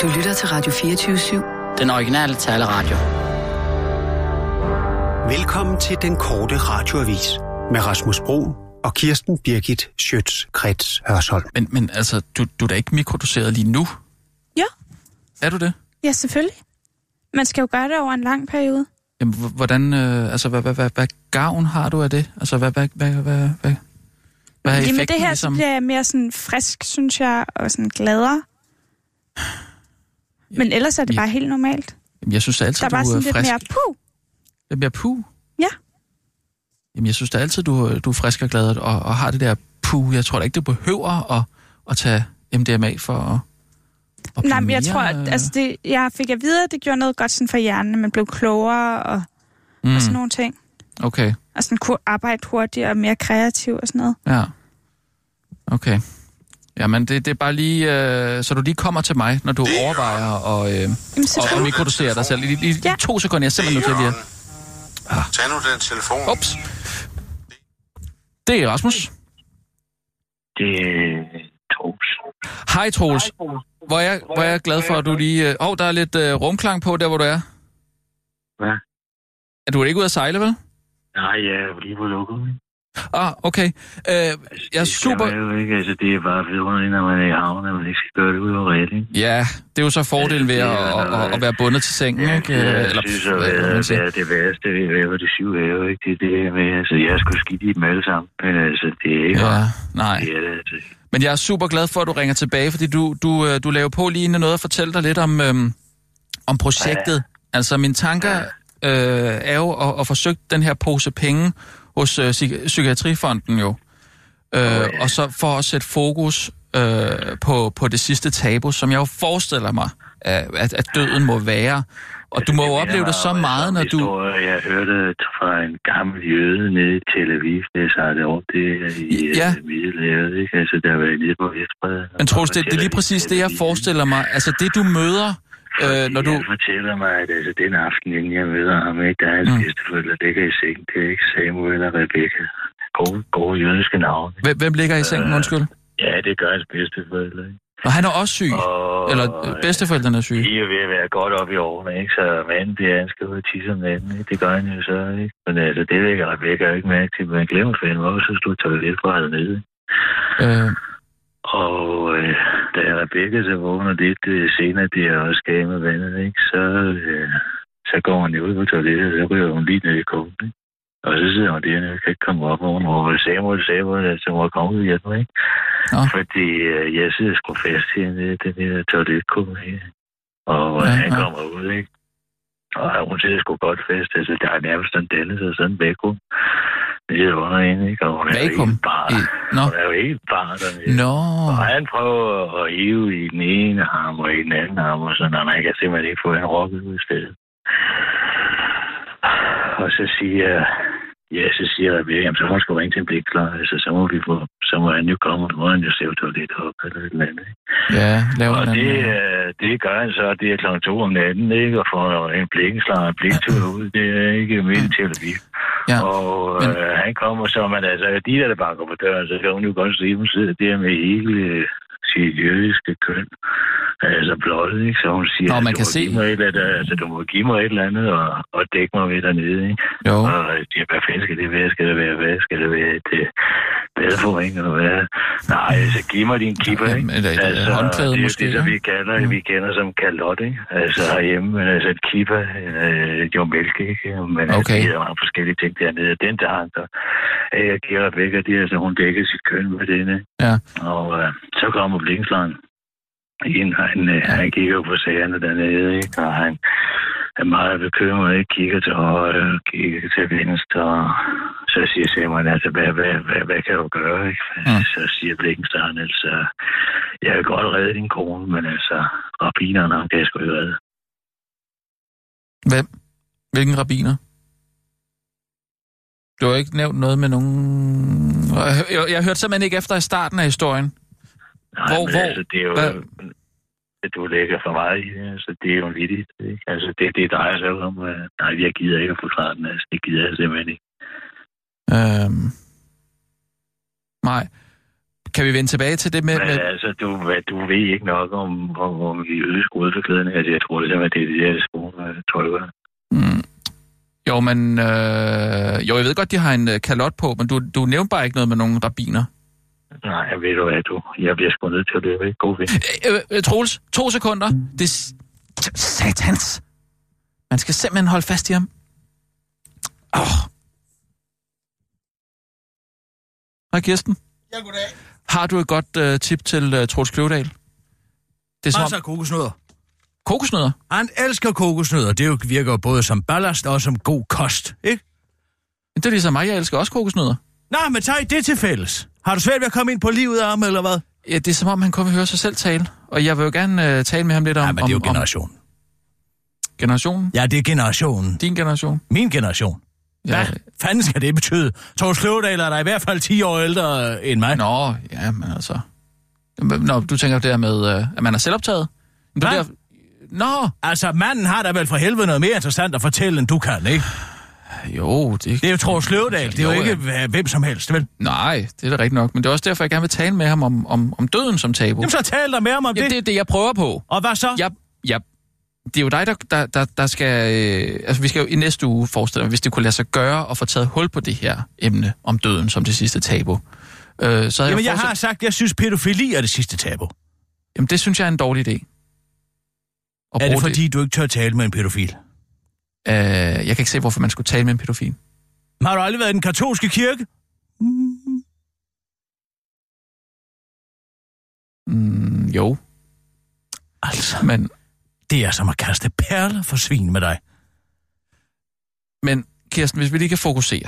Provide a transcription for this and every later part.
Du lytter til Radio 24-7. Den originale taleradio. Velkommen til den korte radioavis med Rasmus Bro og Kirsten Birgit Schøtz-Krets Hørsholm. Men, men altså, du, du er da ikke mikrodoseret lige nu? Jo. Er du det? Ja, selvfølgelig. Man skal jo gøre det over en lang periode. Jamen, h- hvordan, øh, altså, hvad, hvad, hvad, hvad gavn har du af det? Altså, hvad, hvad, hvad, hvad, hvad, hvad er effekten, Lige med det ligesom? her ligesom... bliver jeg mere sådan frisk, synes jeg, og sådan gladere. Men ellers er det Ja. bare helt normalt. Jamen, jeg synes da altid, Der er du bare sådan er lidt frisk. mere puh. Det bliver puh. Ja. Jamen, jeg synes da altid, du, du er frisk og glad og, og har det der puh. Jeg tror da ikke, du behøver at, at tage MDMA for at, at blive Nej, men jeg mere, tror, at, øh, altså det, jeg fik at vide, at det gjorde noget godt sådan for hjernen, at man blev klogere og, mm. og sådan mm, nogle ting. Okay, Og sådan kunne arbejde hurtigere og mere kreativ og sådan noget. ja. Okay. Jamen, det, det er bare lige... Øh, så du lige kommer til mig, når du overvejer og, øh, Jamen, og, og selvfølgelig. mikrodosere dig selv. Lige, lige, lige Ja. to sekunder, jeg er simpelthen nødt til at lige... Ah. Tag nu den telefon. Ups. Det er Rasmus. Det er Troels. Hej, Troels. Hvor er, jeg, hvor er jeg glad for, at du lige... Åh, øh, oh, der er lidt øh, rumklang på, der hvor du er. Hvad? Er du ikke ude at sejle, vel? Nej, jeg er jo lige på lukket. ikke? Ah, okay. Øh, jeg Altså, er det skal super... man jo ikke. Altså, det er bare vidunderligt, når man er i havn, at man ikke skal gøre det ud over ret, ikke? Ja, det er jo så fordelen ved at, at, at, at være bundet til sengen, Ja, ikke? Øh, det, jeg synes, at hvad kan man det sige? er det værste ved at være på de syv have, ikke? Det er det her med, altså, jeg er sgu skidt i dem alle sammen, men altså, det er ikke Ja, godt. nej. Det er det, altså. Men jeg er super glad for, at du ringer tilbage, fordi du, du, øh, du laver på lige inden noget at fortælle dig lidt om, øhm, om projektet. Altså, mine tanker øh, er jo at, at forsøge den her pose penge hos øh, Psyk- Psykiatrifonden jo. Øh, Og så for at sætte fokus øh, på, på det sidste tabu, som jeg jo forestiller mig, øh, at, at døden må være. Og du må jo minder opleve det mig så om altså en meget, når du... Historie, jeg hørte fra en gammel jøde nede i Tel Aviv, der sejlede rundt det i Ja. ja. Middelhavet, ikke? Altså, der var jeg nede på Vestbredden. Men Troels, det, det er lige præcis det, jeg forestiller mig. Altså, det du møder, øh, når du... Han fortæller mig, at altså, den aften, inden jeg møder ham, ikke, der er hans Mm. mm. bedsteforældre, der ligger i sengen. Det er ikke Samuel og Rebecca. Gode, gode jødiske navne. Hvem, hvem ligger i sengen, Øh, undskyld? Ja, det gør hans bedsteforældre. Ikke? Og han er også syg. Og, Eller øh, øh, bedsteforældrene er syge. De er ved at være godt op i årene, ikke? Så manden, det er, han skal ud og tisse om natten, ikke? Det gør han jo så, ikke? Men altså, det lægger Rebecca jo ikke mærke til, men han glemmer fandme også at slå toiletbrættet ned. ikke? Øh, Og øh, da Rebecca så vågner lidt øh, senere, det er også galt med vandet, ikke? Så, øh, så går hun jo ud på toilettet, og så ryger hun lige ned i kumpen, ikke? Og så sidder hun dernede, og kan ikke komme op, og hun råber, Samuel, Samuel, altså, hun har kommet hjælp mig, ikke? Nå. Fordi øh, jeg sidder sgu fast hernede, i den her toiletkumpe her. Og Ja, ja, han ja. kommer ud, ikke? Og hun sidder sgu godt fast, altså, der er nærmest en dannelse og sådan en vakuum. Det er under hende, ikke? Og hun er jo Vakuum? ikke bare, I- Nå. hun er jo ikke bare dernede. Nå. Og han prøver at hive i den ene arm og i den anden arm, og sådan, og man kan simpelthen ikke få en rocket ud i stedet. Og så siger ja, så siger jeg, jamen, så må han sgu ringe til en blikklar, altså, så må vi få, så må han jo komme, og så må han jo sæve toilet op, eller et eller andet. ikke? Ja, laver Og han det, det, øh, det gør han så, det er klokken to om natten, ikke, og får en blikklar, en bliktur ud, det er ikke midt til at Ja. og øh, men- han kommer så, men altså, de der, der banker på døren, så kan hun jo godt se, at hun sidder der med hele øh, sit jødiske køn. Altså blottet, ikke? Så hun siger, "Altså, Nå, man du, kan må se. give mig et eller andet, altså, du må give mig et eller andet og, og dække mig ved dernede, ikke? Jo. Og jeg siger, hvad fanden skal det være? Skal det være hvad? Skal det være et øh, badeforring, eller hvad? Nej, så giv mig din kipper, Ja, ikke? eller et, øh, håndklæde Altså, det er jo måske, Det, som ja. vi kalder, mm. vi kender som kalot, ikke? Altså herhjemme, men altså et kipper, øh, det er jo mælke, ikke? Men okay. altså, Okay. det er mange forskellige ting dernede. Den der han så, øh, jeg giver Rebecca, det er altså, hun dækker sit køn med denne. Ja. Og øh, så kommer blinkslaren ind, og han, øh, han kigger jo på sagerne dernede, ikke? Og han er meget bekymret, ikke? Kigger til højre, kigger til venstre, og så siger Simon, altså, hvad, hvad, hvad, hvad kan du gøre, ikke? Mm. Så siger Blikkenstein, altså, jeg kan godt redde din kone, men altså, rapineren, ham kan jeg sgu ikke redde. Hvem? Hvilken rabiner? Du har ikke nævnt noget med nogen... Jeg, jeg, jeg hørte simpelthen ikke efter i starten af historien. Nej, Hvor- men hvor- altså, det er jo... hvad? at du lægger for meget i det, altså, det er jo vittigt, ikke? Altså, det, det drejer sig jo om, øh, nej, jeg gider ikke at forklare den, altså, det gider jeg simpelthen ikke. Øhm... Nej. Kan vi vende tilbage til det med... Men, med altså, du, hvad- du ved ikke nok om, om, om jødisk udforklædning. Altså, jeg tror, det er det, de der øh, skolen tolker. mm, jo, men... Øh, jo, jeg ved godt, de har en øh, kalot på, men du, du nævnte bare ikke noget med nogen rabiner. Nej, jeg ved du hvad, du. Jeg bliver sgu nødt til at løbe. ikke? God vind. Øh, øh, Troels, to sekunder. Det er s- satans. Man skal simpelthen holde fast i ham. Åh. Oh. Hej Kirsten. Ja, goddag. Har du et godt øh, tip til øh, Troels Kløvedal? Det er som Masser om, af kokosnødder. kokosnødder. Han elsker kokosnødder. Det jo virker jo både som ballast og som god kost, ikke? Det er ligesom mig, jeg elsker også kokosnødder. Nå, men tag det til fælles. Har du svært ved at komme ind på livet af ham, eller hvad? Ja, det er som om, han kun vil høre sig selv tale. Og jeg vil jo gerne øh, tale med ham lidt om, Nej, men det er jo om, om generationen. generationen. Ja, det er generationen. Din generation. Min generation. Ja. Hvad fanden skal det betyde? Thor Kløvedal er der i hvert fald 10 år ældre øh, end mig. Nå, ja, men altså... Nå, du tænker det her med, øh, at man er selvoptaget? Men det er Nej. der- Nå, Altså, manden har da vel for helvede noget mere interessant at fortælle, end du kan, ikke? Jo, det... Det er jo Thor Kløvedal. Det er jo ikke øh, hvem som helst, vel? Nej, det er da rigtigt nok. Men det er også derfor, jeg gerne vil tale med ham om, om, om døden som tabu. Jamen, så tal der med ham om ja, det det. er det, jeg prøver på. Og hvad så? Jeg, jeg, det er jo dig, der, der, der, der skal... Øh, altså, vi skal jo i næste uge forestille mig, hvis det kunne lade sig gøre at få taget hul på det her emne om døden som det sidste tabu. Øh, så havde jo Jamen, jeg har fortsat- sagt, at jeg synes, pædofili er det sidste tabu. Jamen, det synes jeg er en dårlig idé. At Er det bruge fordi, du ikke tør tale med en pædofil? Øh, jeg kan ikke se, hvorfor man skulle tale med en pædofil. Har du aldrig været i den katolske kirke? Mm, jo, Altså, men... det er som at kaste perler for svin med dig. Men Kirsten, hvis vi lige kan fokusere.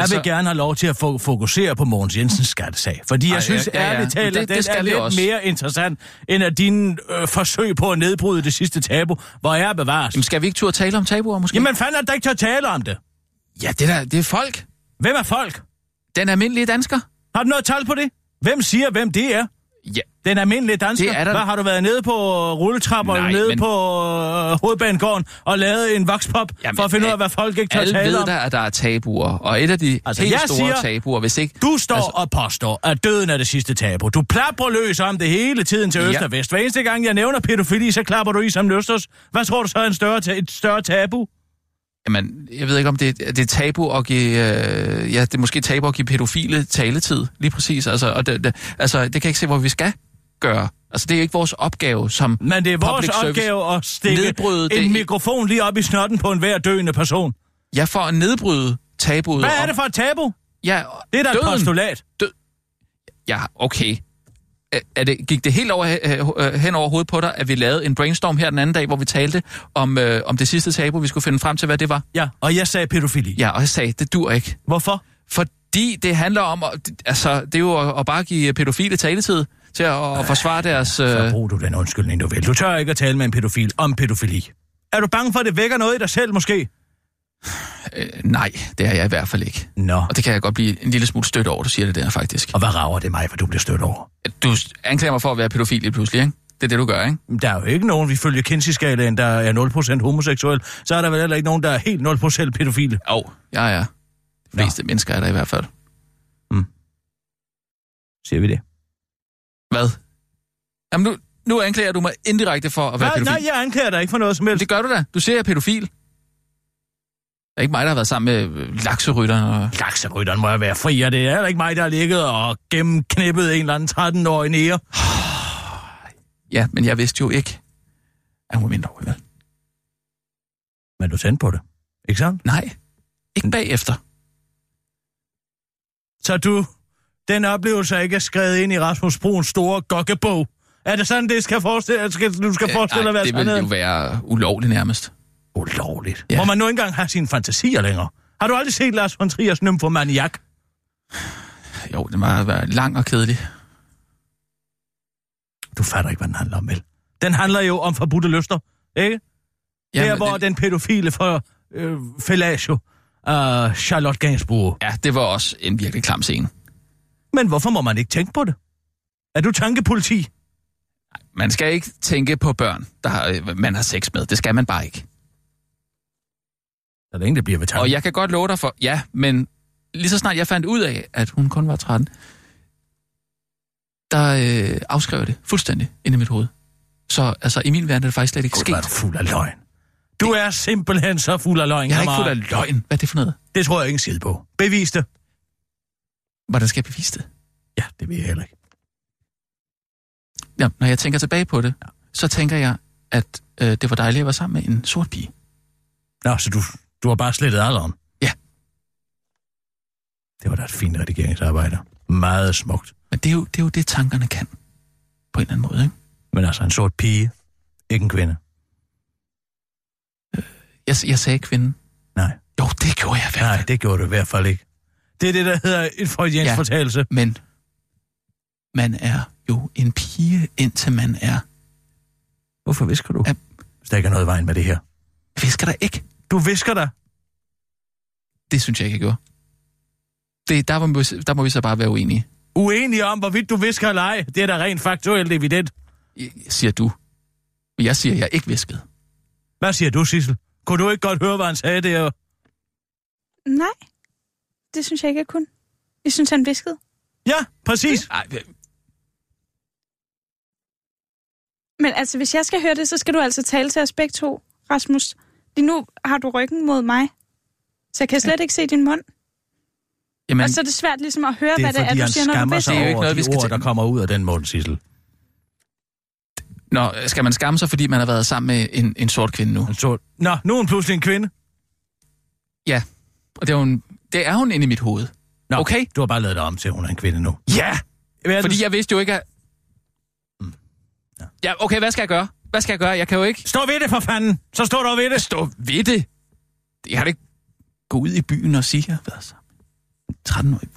Altså- altså... vil gerne have lov til at fo- fokusere på Mogens Jensens skattesag, fordi jeg Ej, synes ja, ja, ja. ærligt Men talt, det- at det den skal er vi lidt også. mere interessant, end at dine øh, forsøg på at nedbryde det sidste tabu, hvor jeg bevares. Jamen, skal vi ikke turde tale om tabuer, måske? Jamen fanden er det, der ikke tør tale om det? Ja, det, der, det er folk. Hvem er folk? Den almindelige dansker. Har du noget tal på det? Hvem siger, hvem det er? Ja. Den almindelige dansker. Det er der- Hvad har du været nede på øh, rulletrapper Nej, Nej, nede men- men... på øh, hovedbanegården og lavet en voxpop Jamen, for at finde ud al- af, hvad folk ikke tør Alle tale ved om? der, at der er tabuer, og et af de altså, Altså, helt jeg store siger, siger- tabuer, hvis ikke... Du står Altså- altså... og påstår, at døden er det sidste tabu. Du plapper løs om det hele tiden til Ja. øst og vest. Hver eneste gang, jeg nævner pædofili, så klapper du i som løsters. Hvad tror du så er en større ta- et større tabu? Jamen, jeg ved ikke, om det, er- det er tabu at give... Øh, ja, det er måske tabu at give pædofile taletid, lige præcis. Altså, og det, det, altså, det kan jeg ikke se, hvor vi skal gøre. Altså, det er jo ikke vores opgave som Men det er vores public service. opgave at stikke Nedbryde en det i- mikrofon lige op i snotten på en hver døende person. Ja, for at nedbryde tabuet. Hvad er om- det for et tabu? Ja, Det er da et døden. postulat. Ja, okay. Er- Er det, gik det helt over, øh, øh, hen over hovedet på dig, at vi lavede en brainstorm her den anden dag, hvor vi talte om, øh, om det sidste tabu, vi skulle finde frem til, hvad det var? Ja, og jeg sagde pædofili. Ja, og jeg sagde, det dur ikke. Hvorfor? Fordi det handler om, at, altså, det er jo at, at bare give pædofile taletid til at, at forsvare deres... Så Øh, brug du den undskyldning, du vil. Du tør ikke at tale med en pædofil om pædofili. Er du bange for, at det vækker noget i dig selv, måske? øh, nej, det er jeg i hvert fald ikke. Nå. Og det kan jeg godt blive en lille smule stødt over, du siger det der faktisk. Og hvad rager det mig, for du bliver stødt over? Du anklager mig for at være pædofil lige pludselig, ikke? Det er det, du gør, ikke? Men Der er jo ikke nogen, vi følger Kinsey-skalaen, der er 0% homoseksuel. Så er der vel heller ikke nogen, der er helt 0% pædofile. Jo, jeg er. De Nå. fleste mennesker er der i hvert fald. Siger vi det? Hvad? Jamen nu, nu anklager du mig indirekte for at være Nej, pædofil. nej, jeg anklager dig ikke for noget som Men helst. det gør du da. Du siger, jeg er pædofil. Det er ikke mig, der har været sammen med øh, lakserytteren. Og... Lakserytteren må jeg være fri, og det er heller ikke mig, der har ligget og gennemknippet en eller anden 13-årig nære. Ja, men jeg vidste jo ikke, at hun var mindre vel? Men du tændte på det. Ikke sant? Nej, ikke bagefter. Så du, den oplevelse er ikke skrevet ind i Rasmus Bruns store gokkebog. Er det sådan, det skal forestille, skal, du skal Øh, forestille dig, nej, hvad det ville jo være ulovligt nærmest. Ulovligt. Ja. Ja. Må man nu ikke engang have sine fantasier længere? Har du aldrig set Lars von Triers nymphomaniak? Jo, det må være lang og kedelig. Du fatter ikke, hvad den handler om, vel? Den handler jo om forbudte lyster, ikke? Ja, Der, Jamen, hvor det... det... den pædofile fra øh, Felatio af Charlotte Gainsbourg. Ja, det var også en virkelig klam scene. Men hvorfor må man ikke tænke på det? Er du tankepoliti? Man skal ikke tænke på børn, der har, øh, man har sex med. Det skal man bare ikke. Der er ingen, der bliver ved tanken. Og jeg kan godt love dig for, ja, men lige så snart jeg fandt ud af, at hun kun var 13, der øh, afskrev jeg det fuldstændig ind i mit hoved. Så altså, i min verden er det faktisk slet ikke Gud, sket. var du fuld af løgn. Du er simpelthen så fuld af løgn, Jeg er ikke fuld af kammerat. løgn. Hvad er det for noget? Det tror jeg ikke en skid på. Bevis det. Hvordan skal jeg bevise det? Ja, det ved jeg heller ikke. Ja, når jeg tænker tilbage på det, så tænker jeg, at øh, det var dejligt at være sammen med en sort pige. Nå, så du, du har bare slettet alderen? Ja. Det var da et fint redigeringsarbejde. Meget smukt. Men det er jo det, er jo det tankerne kan. På en eller anden måde, ikke? Men altså en sort pige, ikke en kvinde. Jeg, jeg sagde kvinden. Nej. Jo, det gjorde jeg i hvert fald. Nej, det gjorde du i hvert fald ikke. Det er det, der hedder en freudiansk Ja. ja. fortalelse. Men man er jo en pige, indtil man er... Hvorfor visker du? Ja. Hvis der ikke er noget i vejen med det her. Jeg visker der ikke. Du visker dig. Det synes jeg ikke, jeg gjorde. Det, der, må, vi- der må vi så bare være uenige, Uenige om, hvorvidt du visker eller ej. Det er da rent faktuelt evident. I- siger du. Men Jeg siger, jeg ikke viskede. Hvad siger du, Sissel? Kunne du ikke godt høre, hvad han sagde der? Nej, det synes jeg ikke, jeg kunne. Jeg synes, han viskede. Ja, præcis. Nej, Men altså, hvis jeg skal høre det, så skal du altså tale til os begge to, Rasmus. Lige nu har du ryggen mod mig, så jeg kan slet ikke se din mund. jamen, Og så er det svært ligesom at høre, Det er, hvad det er, fordi du han siger, når du skammer visker. sig Det er jo over ikke noget, de vi skal ord, til- der kommer ud af den mund, Sissel. nå, skal man skamme sig, fordi man har været sammen med en, en sort kvinde nu? Han så... Nå, nu er hun pludselig en kvinde. Ja, og det er, jo en, det er hun inde i mit hoved. Nå, Okay. Du har bare lavet dig om til, at hun er en kvinde nu. Ja, Verdens... fordi jeg vidste jo ikke, at... Ja, okay, hvad skal jeg gøre? Hvad skal jeg gøre? Jeg kan jo ikke Stå ved det for fanden! Så står du ved det! stå ved det. Jeg kan da ikke gå ud i byen og sige, at jeg har været sammen. med en 13-årig.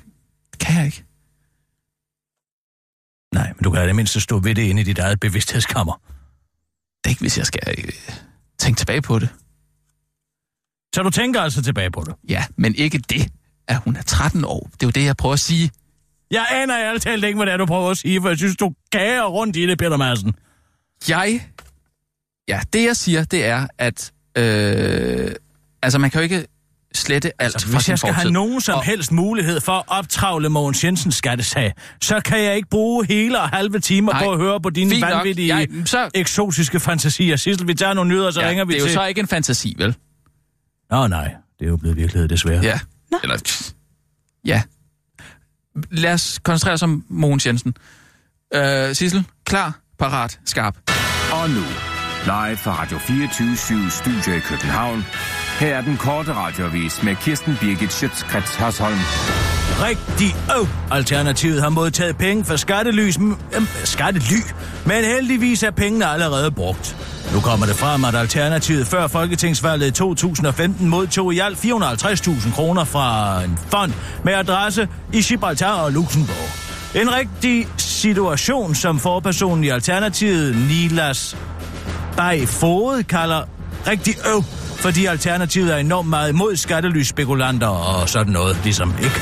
Det kan jeg ikke. Nej, men du kan i det mindste stå ved det inde i dit eget bevidsthedskammer. Det er ikke, hvis jeg skal øh, tænke tilbage på det. Så du tænker altså tilbage på det. Ja, men ikke det, at hun er 13 år. Det er jo det, jeg prøver at sige. Jeg aner ærligt talt ikke, hvad det er, du prøver at sige, for jeg synes, du kager rundt i det, Peter Madsen. Jeg... Ja, det jeg siger, det er, at... Øh, altså, man kan jo ikke slette alt Så altså, fra hvis sin jeg skal fortid. have nogen som Og- helst mulighed for at optravle Mogens Jensens skattesag, så kan jeg ikke bruge hele og halve timer Nej, på at høre på dine fint nok. vanvittige, Jeg- så- eksotiske fantasier. Sissel, vi tager nogle nyheder, så ja, ja, ringer vi det er til... jo så ikke en fantasi, vel? Nå nej, det er jo blevet virkelighed, desværre. Ja. Nå. Eller, pff, ja. Lad os koncentrere os om Mogens Jensen. Øh, Sissel, klar, parat, skarp. Og nu, live fra Radio 24 Studio i København. Her er den korte radiovis med Kirsten Birgit Schøtzgrads Hasholm. Rigtig øv. Alternativet har modtaget penge for skattelys, m- øhm, skattely, men heldigvis er pengene allerede brugt. Nu kommer det frem, at Alternativet før Folketingsvalget i 2015 modtog i alt 450.000 kroner fra en fond med adresse i Gibraltar og Luxembourg. En rigtig situation, som forpersonen i Alternativet, Nilas Bay Fode kalder rigtig øv, fordi alternativet er enormt meget imod skattelysspekulanter og sådan noget, ligesom ikke.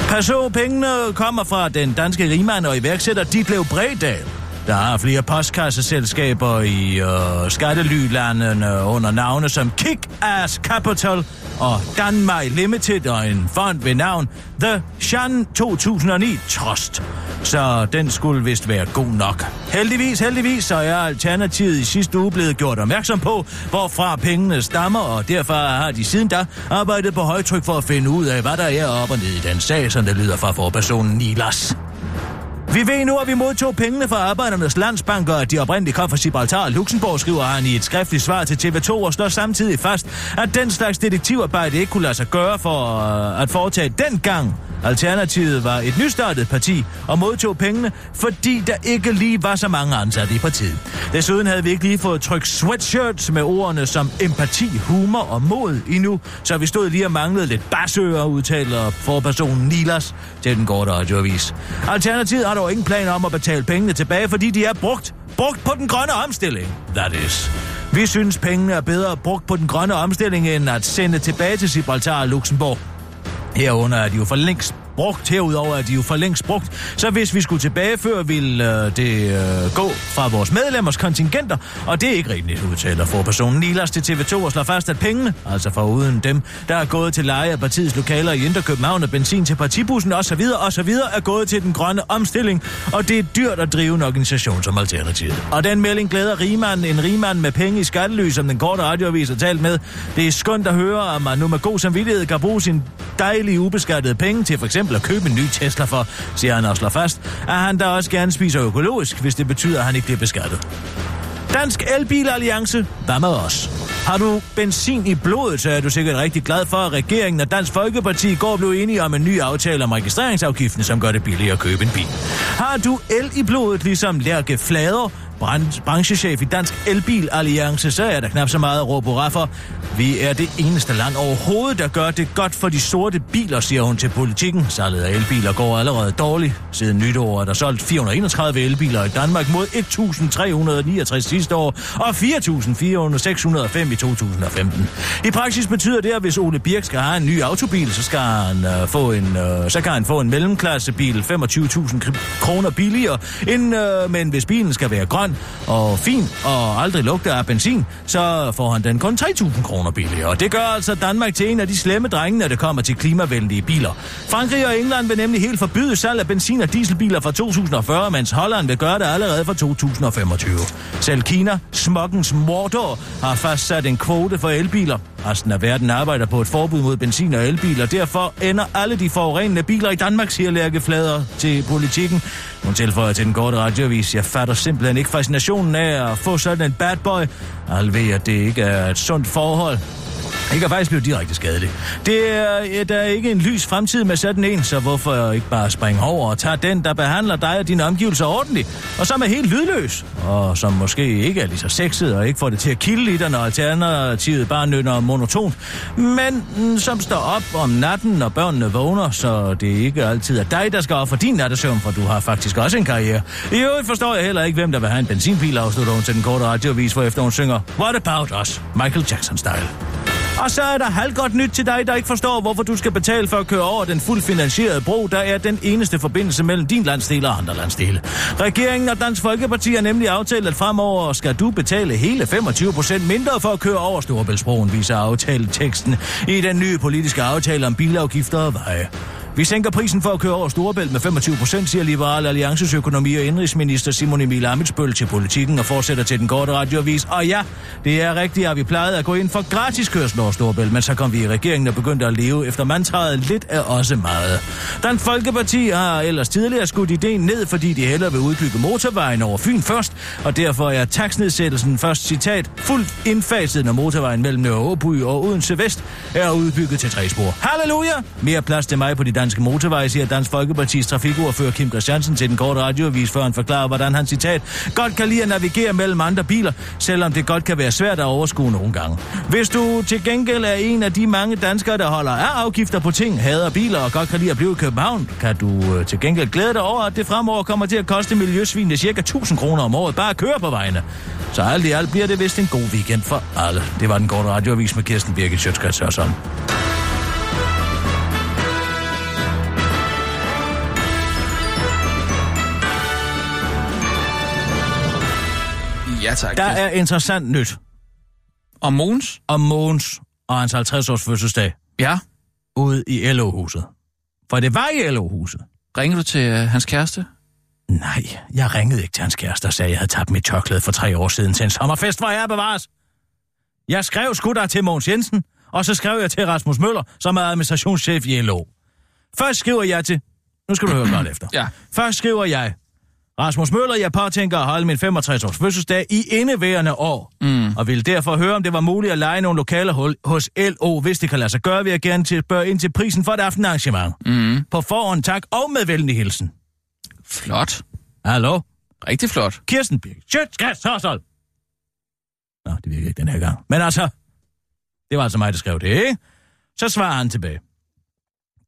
Perso, pengene kommer fra den danske rigmand og iværksætter Ditlev Bredal. Der har flere postkasseselskaber i øh, skattelylandene under navne som Kick-Ass Capital og Danmark Limited og en fond ved navn The Shan 2009 Trust. Så den skulle vist være god nok. Heldigvis, heldigvis, så er Alternativet i sidste uge blevet gjort opmærksom på, hvorfra pengene stammer, og derfor har de siden da arbejdet på højtryk for at finde ud af, hvad der er op og ned i den sag, som det lyder fra forpersonen Nilas. Vi ved nu, at vi modtog pengene fra Arbejdernes Landsbank, og at de oprindeligt kom fra Gibraltar og Luxembourg, skriver han i et skriftligt svar til TV2 og slår samtidig fast, at den slags detektivarbejde ikke kunne lade sig gøre for øh, at foretage dengang. Alternativet var et nystartet parti og modtog pengene, fordi der ikke lige var så mange ansatte i partiet. Desuden havde vi ikke lige fået trykt sweatshirts med ordene som empati, humor og mod endnu, så vi stod lige og manglede lidt basører, udtaler forpersonen Nilas til den korte radioavis. Alternativet har dog ingen planer om at betale pengene tilbage, fordi de er brugt. Brugt på den grønne omstilling, that is. Vi synes, pengene er bedre brugt på den grønne omstilling, end at sende tilbage til Gibraltar og Luxembourg. Herunder er de jo for længst brugt. Herudover er de jo for længst brugt. Så hvis vi skulle tilbageføre, ville øh, det øh, gå fra vores medlemmers kontingenter. Og det er ikke rimeligt, udtaler forpersonen Nilas til TV2 og slår fast, at pengene, altså foruden dem, der er gået til leje af partiets lokaler i Indre København og benzin til partibussen osv. osv. er gået til den grønne omstilling. Og det er dyrt at drive en organisation som Alternativet. Og den melding glæder rigmanden, en rigmand med penge i skattelys, som den korte radioavis har talt med. Det er skønt at høre, at man nu med god samvittighed kan bruge sin dejlige ubeskattede penge til for eksempel at købe en ny Tesla for, siger han og slår fast, at han da også gerne spiser økologisk, hvis det betyder, at han ikke bliver beskattet. Dansk Elbilalliance, hvad med os? Har du benzin i blodet, så er du sikkert rigtig glad for, at regeringen og Dansk Folkeparti i går blev enige om en ny aftale om registreringsafgiften, som gør det billigere at købe en bil. Har du el i blodet, ligesom Lærke Flader, bran- branchechef i Dansk Elbilalliance, så er der knap så meget at råbe hurra for. Vi er det eneste land overhovedet, der gør det godt for de sorte biler, siger hun til politikken. Salget af elbiler går allerede dårligt. Siden nytår er der solgt 431 elbiler i Danmark mod 1.369 sidste år og 4.405 i 2015. I praksis betyder det, at hvis Ole Birk skal have en ny autobil, så, skal han, øh, få en, øh, så kan han få en mellemklassebil 25.000 kr- kroner billigere, end, øh, men hvis bilen skal være grøn og fin og aldrig lugter af benzin, så får han den kun 3.000 kroner billigere. Og det gør altså Danmark til en af de slemme drenge, når det kommer til klimavenlige biler. Frankrig og England vil nemlig helt forbyde salg af benzin- og dieselbiler fra 2040, mens Holland vil gøre det allerede fra 2025. Selv Kina, smokens mordor, har fastsat en kvote for elbiler. Resten af verden arbejder på et forbud mod benzin- og elbiler. Derfor ender alle de forurenende biler i Danmark, siger Lærke Flader til politikken. Hun tilføjer til den korte radioavis, jeg fatter simpelthen ikke fascinationen af at få sådan en bad boy. Al ved, at det ikke er et sundt forhold. Det kan faktisk blive direkte skadeligt. Det er, ja, der er ikke en lys fremtid med sådan en, så hvorfor ikke bare springe over og tage den, der behandler dig og dine omgivelser ordentligt, og som er helt lydløs, og som måske ikke er lige så sexet og ikke får det til at kilde i dig, når alternativet bare nynner monotont, men mm, som står op om natten, når børnene vågner, så det ikke altid er dig, der skal ofre din nattesøvn, for du har faktisk også en karriere. I øvrigt forstår jeg heller ikke, hvem der vil have en benzinbil, afslutter hun til den korte radiovis, hvor efter hun synger What About Us, Michael Jackson-style. Og så er der halvgodt nyt til dig, der ikke forstår, hvorfor du skal betale for at køre over den fuldt finansierede bro, der er den eneste forbindelse mellem din landsdel og andre landsdele. Regeringen og Dansk Folkeparti har nemlig aftalt, at fremover skal du betale hele 25 procent mindre for at køre over Storebæltsbroen, viser aftaleteksten i den nye politiske aftale om bilafgifter og veje. Vi sænker prisen for at køre over Storebælt med 25 procent, siger Liberal Alliances økonomi- og indrigsminister Simon Emil Amitsbøl til politikken og fortsætter til den korte radioavis. Og ja, det er rigtigt, at vi plejede at gå ind for gratis kørsel over Storebælt, men så kom vi i regeringen og begyndte at leve efter mantraet lidt er også meget. Dansk Folkeparti har ellers tidligere skudt ideen ned, fordi de hellere vil udbygge motorvejen over Fyn først, og derfor er taksnedsættelsen først citat fuldt indfaset, når motorvejen mellem Nørre Åby og Odense Vest er udbygget til tre spor. Halleluja! Mere plads til mig på de danske motorveje, siger Dansk Folkeparti's trafikordfører Kim Christiansen til den korte radioavis, før han forklarer, hvordan han citat godt kan lide at navigere mellem andre biler, selvom det godt kan være svært at overskue nogle gange. Hvis du til gengæld er en af de mange danskere, der holder af afgifter på ting, hader biler og godt kan lide at blive i København, kan du øh, til gengæld glæde dig over, at det fremover kommer til at koste miljøsvinene cirka 1000 kroner om året bare at køre på vejene. Så alt i alt bliver det vist en god weekend for alle. Det var den korte radioavis med Kirsten Birgit Sjøtskrets og sådan. Ja, tak. Der er interessant nyt Og Mogens? om Mogens og hans 50-års fødselsdag. Ja. ude i LO-huset. For det var i LO-huset. Ringer du til øh, hans kæreste? Nej, jeg ringede ikke til hans kæreste og sagde, at jeg havde tabt mit tørklæde for tre år siden til en sommerfest, hvor jeg bevares. Jeg skrev sgu da til Mogens Jensen, og så skrev jeg til Rasmus Møller, som er administrationschef i LO. Først skriver jeg til... Nu skal du høre godt efter. Ja. Først skriver jeg... Rasmus Møller, jeg påtænker at holde min 65-års fødselsdag i indeværende år, mm. og vil derfor høre, om det var muligt at lege nogle lokaler hul- hos LO. Hvis det kan lade sig gøre, vil jeg gerne til spørge ind til prisen for et aftenarrangement. Mm-hmm. Mm. På forhånd tak, og med venlig hilsen. Flot. Hallo? Rigtig flot. Kirsten Birk. Sjøtskrets Hørsholm. Nå, det virker ikke den her gang. Men altså, det var altså mig, der skrev det, ikke? Så svarer han tilbage.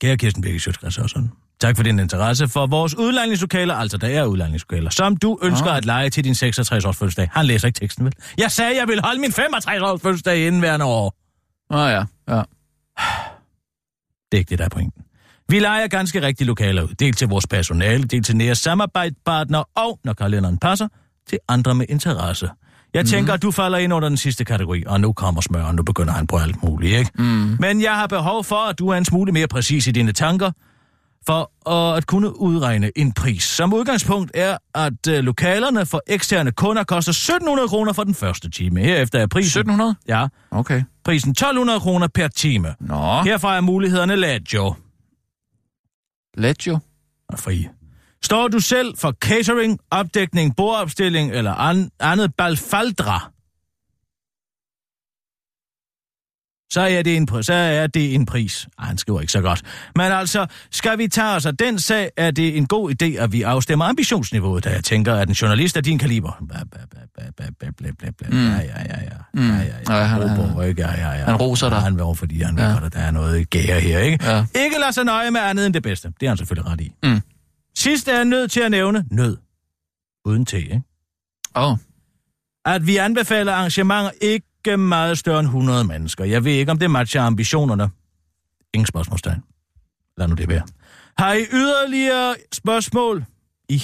Kære Kirsten Birk Sjøtskrets Hørsholm. Tak for din interesse for vores udlejningslokaler, altså der er udlejningslokaler, som du ønsker at lege til din 66-års fødselsdag. Han læser ikke teksten, vel? Jeg sagde, jeg ville holde min 65-års fødselsdag i indværende år. Åh oh, ja, ja. Det er ikke det, der er pointen. Vi leger ganske rigtige lokaler ud, dels til vores personale, dels til nære samarbejdspartnere og, når kalenderen passer, til andre med interesse. Jeg tænker, at du falder ind under den sidste kategori, og nu kommer smøren, nu begynder han på alt muligt, ikke? Mm. Men jeg har behov for, at du er en smule mere præcis i dine tanker, for øh, at kunne udregne en pris. Som udgangspunkt er, at øh, lokalerne for eksterne kunder koster 1700 kroner for den første time. Herefter er prisen... 1700? Ja, Okay. prisen 1200 kroner per time. Nå, ja. Herfra er mulighederne let, jo. let jo. og frie. Står du selv for catering, opdækning, bordopstilling eller an, andet balfaldra, så er, det en, pr- så er det en pris. Ej, han skriver ikke så godt. Men altså, skal vi tage os af den sag, er det en god idé, at vi afstemmer ambitionsniveauet, da jeg tænker, at en journalist af din kaliber... Bla, bla, bla, bla, bla, bla, bla, bla, bla. Ja, ja, ja, ja. Ja, Ja, ja, ja. Mm. han- Robot, ikke? Ja, ja, ja. han roser dig. Ja, Han vil over, fordi han ja. ved godt, at der er noget gære her, ikke? Ja. Ikke lade sig nøje med andet end det bedste. Det er han selvfølgelig ret i. Mm. Sidst er jeg nødt til at nævne nød. Uden te, ikke? Åh, oh, At vi anbefaler arrangementer ikke meget større end 100 mennesker. Jeg ved ikke, om det matcher ambitionerne. Ingen spørgsmålstegn. Lad nu det være. Har I yderligere spørgsmål? I.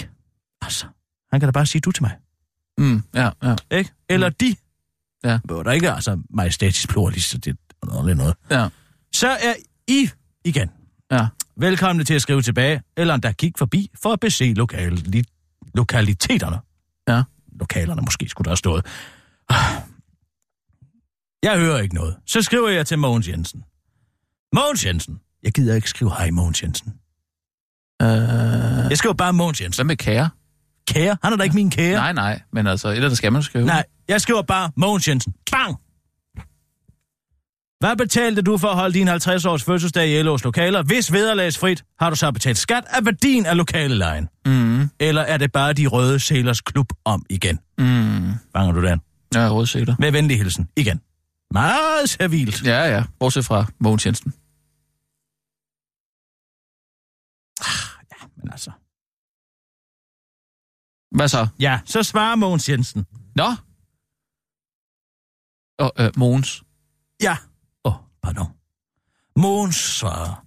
Altså, han kan da bare sige du til mig. mm, ja, ja, Ikke? Eller de. Mm. Ja. Bør der ikke, altså, majestatisk pluralist, så det er noget, noget. ja, Så er I igen. ja. Velkomne til at skrive tilbage, eller endda kigge forbi for at bese lokale, li, lokaliteterne. Ja. Lokalerne måske skulle der have stået. Ah. Jeg hører ikke noget. Så skriver jeg til Mogens Jensen. Mogens Jensen. Jeg gider ikke skrive hej, Mogens Jensen. Øh, Jeg skriver bare Mogens Jensen. hvad med kære? Kære? Han er da ikke min kære. Ja. Nej, nej, men altså, et eller andet skal man skrive. Nej, jeg skriver bare Mogens Jensen. Bang! Hvad betalte du for at holde din 50-års fødselsdag i LO's lokaler? Hvis vederlagsfrit, har du så betalt skat af værdien af lokalelejen? Mm, Eller er det bare de røde sælers klub om igen? mm. Fanger du den? Ja, rødsigter. Med venlig hilsen. Igen. Meget servilt. Ja, ja, bortset fra Mogens Jensen. Men altså. Hvad så? Ja, så svarer Mogens Jensen. Nå? Og, øh, Mogens. Ja. Åh, oh, pardon. Mogens svarer.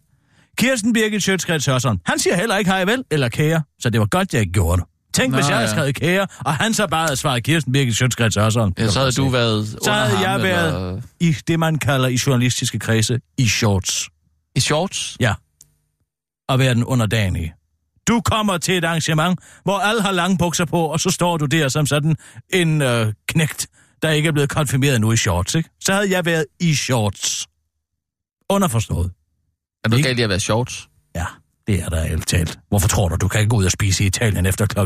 Kirsten Birgit Sjøtskrets Hørsson. Han siger heller ikke hej vel, eller kære, så det var godt, jeg ikke gjorde det. Tænk, Nå, Nå, hvis jeg havde ja. skrevet kære, og han så bare havde svaret Kirsten Birgit Sjøtskrets Hørsson. Ja, så havde du været Så under havde ham, jeg været Eller... i det, man kalder i journalistiske kredse, i shorts. I shorts? Ja. Og være den underdanige. Du kommer til et arrangement, hvor alle har lange bukser på, og så står du der som sådan en øh, knægt, der ikke er blevet konfirmeret nu i shorts, ikke? Så havde jeg været i shorts. Underforstået. Er du Ikke. galt i at være shorts? Ja, det er der alt talt. Hvorfor tror du, du kan ikke gå ud og spise i Italien efter kl.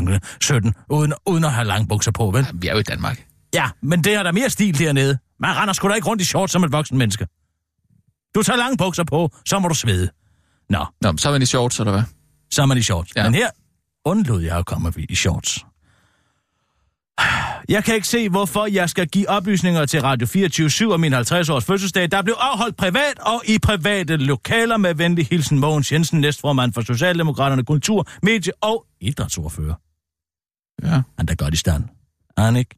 17, uden, uden at have lange bukser på, vel? Jamen, vi er jo i Danmark. Ja, men det er der mere stil dernede. Man render sgu da ikke rundt i shorts som et voksen menneske. Du tager lange bukser på, så må du svede. Nå, Nå, men så er man i shorts, eller hvad? så er man i shorts. Ja. Ja. Men her undlod jeg at komme i shorts. Jeg kan ikke se, hvorfor jeg skal give oplysninger til Radio 24 om min 50-års fødselsdag, der blev afholdt privat og i private lokaler med venlig hilsen Mogens Jensen, næstformand for Socialdemokraterne, Kultur, Medie og Idrætsordfører. Ja. Han er da godt i stand. Er han ikke?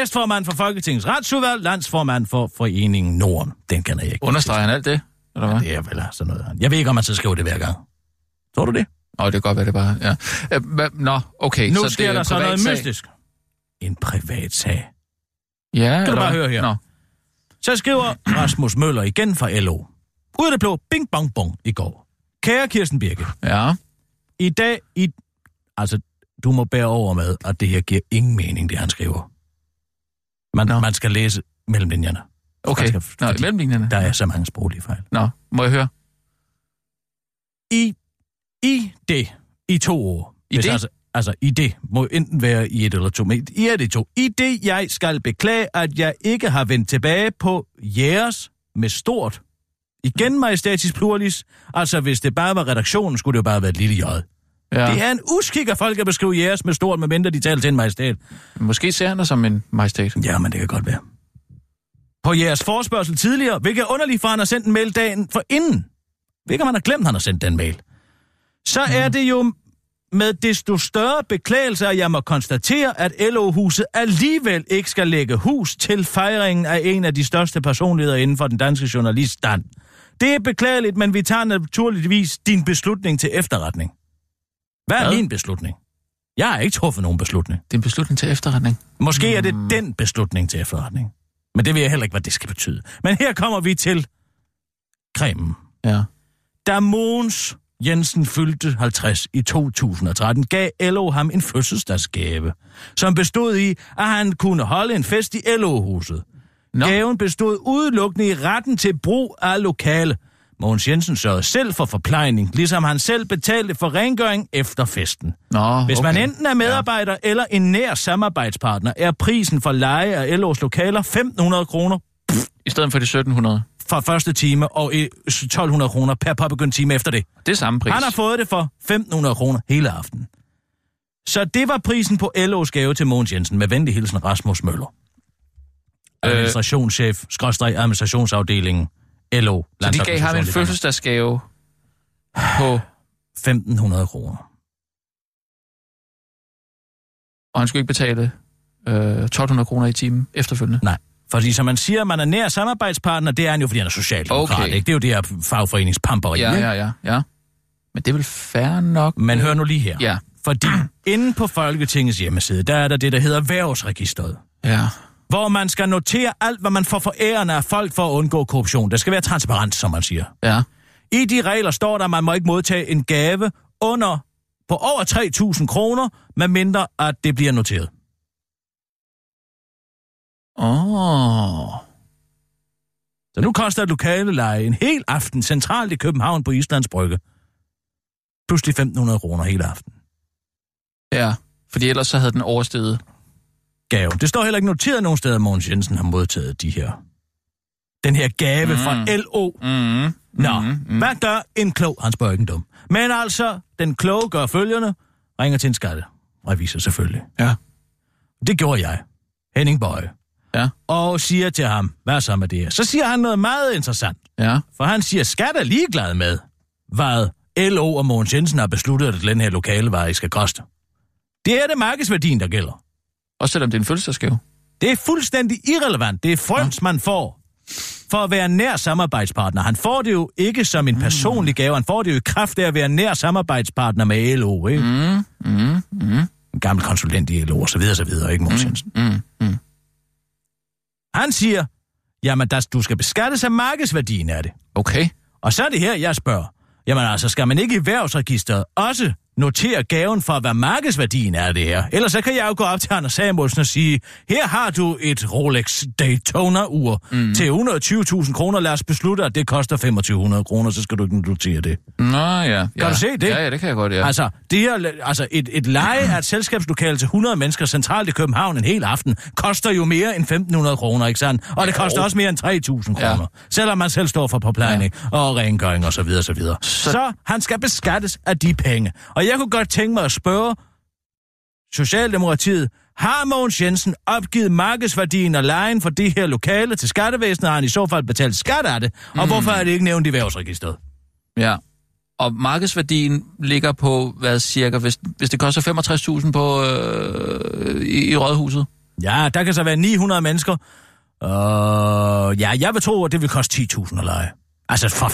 Næstformand for Folketingets Retsudvalg, landsformand for Foreningen Norden. Den kender jeg ikke. Understreger han alt det? Eller hvad? Det er vel sådan noget. han- Jeg ved ikke, om man skal skrive det hver gang. Tror du det? Åh, det kan godt være, det bare... Ja. Øh, hva- Nå, okay. Nu det sker er der en så noget privatsag. mystisk. En privat sag. Ja, Kan eller du bare hvad? høre her. Nå. Så skriver Rasmus Møller igen fra LO. Ud af det blå, bing bong bong i går. Kære Kirsten Birke, Ja. i dag i... Altså, du må bære over med, at det her giver ingen mening, det han skriver. Man, Nå. man skal læse mellem linjerne. Okay. Man skal- Nå, fordi i mellemlinjerne. Der er så mange sproglige fejl. Nå, må jeg høre? I, i det, i to år. I det? Altså, altså, i det må enten være i et eller to, men i er det to. I det, jeg skal beklage, at jeg ikke har vendt tilbage på jeres med stort. Mm. Igen majestatisk pluralis. Altså, hvis det bare var redaktionen, skulle det jo bare have været et lille j. Ja. Ja. Det er en uskik at folk at beskrive jeres med stort, medmindre de taler til en majestat. Måske ser han dig som en majestæt. Ja, men det kan godt være. På jeres forspørgsel tidligere, hvilket er underligt, for han har sendt en mail dagen for inden. Hvilket man har glemt, han har sendt den mail. Så ja. er det jo med desto større beklagelse, at jeg må konstatere, at LO-huset alligevel ikke skal lægge hus til fejringen af en af de største personligheder inden for den danske journaliststand. Det er beklageligt, men vi tager naturligvis din beslutning til efterretning. Hvad er Hvad? min beslutning? Jeg har ikke truffet nogen beslutning. Det er en beslutning til efterretning. Måske er det den beslutning til efterretning. Men det ved jeg heller ikke, hvad det skal betyde. Men her kommer vi til cremen. Ja. Da Mogens Jensen fyldte 50 i 2013, gav LO ham en fødselsdagsgave, som bestod i, at han kunne holde en fest i LO-huset. Nå. Gaven bestod udelukkende i retten til brug af lokale. Mogens Jensen sørgede selv for forplejning, ligesom han selv betalte for rengøring efter festen. Nå, Hvis Ah, okay. man enten er medarbejder ja. eller en nær samarbejdspartner, er prisen for leje af LO's lokaler 1.500 kroner I stedet for de 1700. fra første time og i- 1.200 kroner per påbegyndt time efter det. Det er samme pris. Han har fået det for 1.500 kroner hele aftenen. Så det var prisen på LO's gave til Mogens Jensen med venlig hilsen Rasmus Møller. Øh. Administrationschef, skråstrej administrationsafdelingen, LO. Så de gav ham en Landsorganisation i Danmark. fødselsdagsgave på... 1.500 kroner. Og han skulle ikke betale øh, 1.200 kroner i timen efterfølgende. Nej. Fordi som man siger, man er nær samarbejdspartner, det er han jo, fordi han er socialdemokrat. Okay. Ikke? Det er jo det her fagforeningspamperi. Ja, ikke? ja, ja, ja. Men det er vel fair nok? Men hør nu lige her. Ja. Fordi inde på Folketingets hjemmeside, der er der det, der hedder værvsregisteret. Ja. Hvor man skal notere alt, hvad man får for æren af folk for at undgå korruption. Der skal være transparens, som man siger. Ja. I de regler står der, at man må ikke modtage en gave under på over 3.000 kroner, medmindre at det bliver noteret. Åh. Oh. Så nu koster et lokale leje en hel aften centralt i København på Islands Brygge. Pludselig 1.500 kroner hele aften. Ja. Fordi ellers så havde den oversteget. Gave. Det står heller ikke noteret nogen steder, at Mogens Jensen har modtaget de her. Den her gave mm. fra LO. Mm-hmm. Nå, mm. hvad gør en klog? Han spørger ikke en dum. Men altså, den kloge gør følgende. Ringer til en skatte. Revisor selvfølgelig. Ja. Det gjorde jeg. Henning Bøje. Ja. Og siger til ham, hvad så med det her? Så siger han noget meget interessant. Ja. For han siger, skat er ligeglad med, hvad LO og Mogens Jensen har besluttet, at den her lokale vej skal koste. Det er det markedsværdien, der gælder. Også selvom det er en fødselsdagsgave. Det er fuldstændig irrelevant. Det er frøns, man får for at være nær samarbejdspartner. Han får det jo ikke som en personlig gave. Han får det jo i kraft af at være nær samarbejdspartner med LO, ikke? Mm. Mm. Mm. En gammel konsulent i LO, og så videre, så videre, ikke, Mogens Jensen? Mm. Mm. Han siger, jamen, der, du skal beskattes af markedsværdien af det. Okay. Og så er det her, jeg spørger. Jamen altså, skal man ikke i værvsregisteret også notere gaven for, hvad markedsværdien er af det her? Ellers så kan jeg jo gå op til Anders Samuelsen og sige, her har du et Rolex Daytona-ur mm. til 120.000 kroner. Lad os beslutte, at det koster 2.500 kroner, så skal du ikke notere det. Nå ja. Kan ja. du se det? Ja, ja, det kan jeg godt, ja. Ja. Altså, det her, altså et, et leje af et selskabslokale til 100 mennesker centralt i København en hel aften, koster jo mere end 1.500 kroner, ikke sandt? Og det koster også mere end 3.000 Ja. kroner, selvom man selv står for forplejning ja. og rengøring og så videre, så videre. Så... så han skal beskattes af de penge. Og jeg kunne godt tænke mig at spørge Socialdemokratiet, har Mogens Jensen opgivet markedsværdien og lejen for det her lokale til skattevæsenet, har han i så fald betalt skat af det, og mm. hvorfor er det ikke nævnt i værvsregisteret? Ja. Og markedsværdien ligger på, hvad cirka, hvis, hvis det koster 65.000 på øh, i, i rådhuset. Ja, der kan så være 900 mennesker. Og ja, jeg vil tro, at det vil koste 10.000 at lege. Altså, for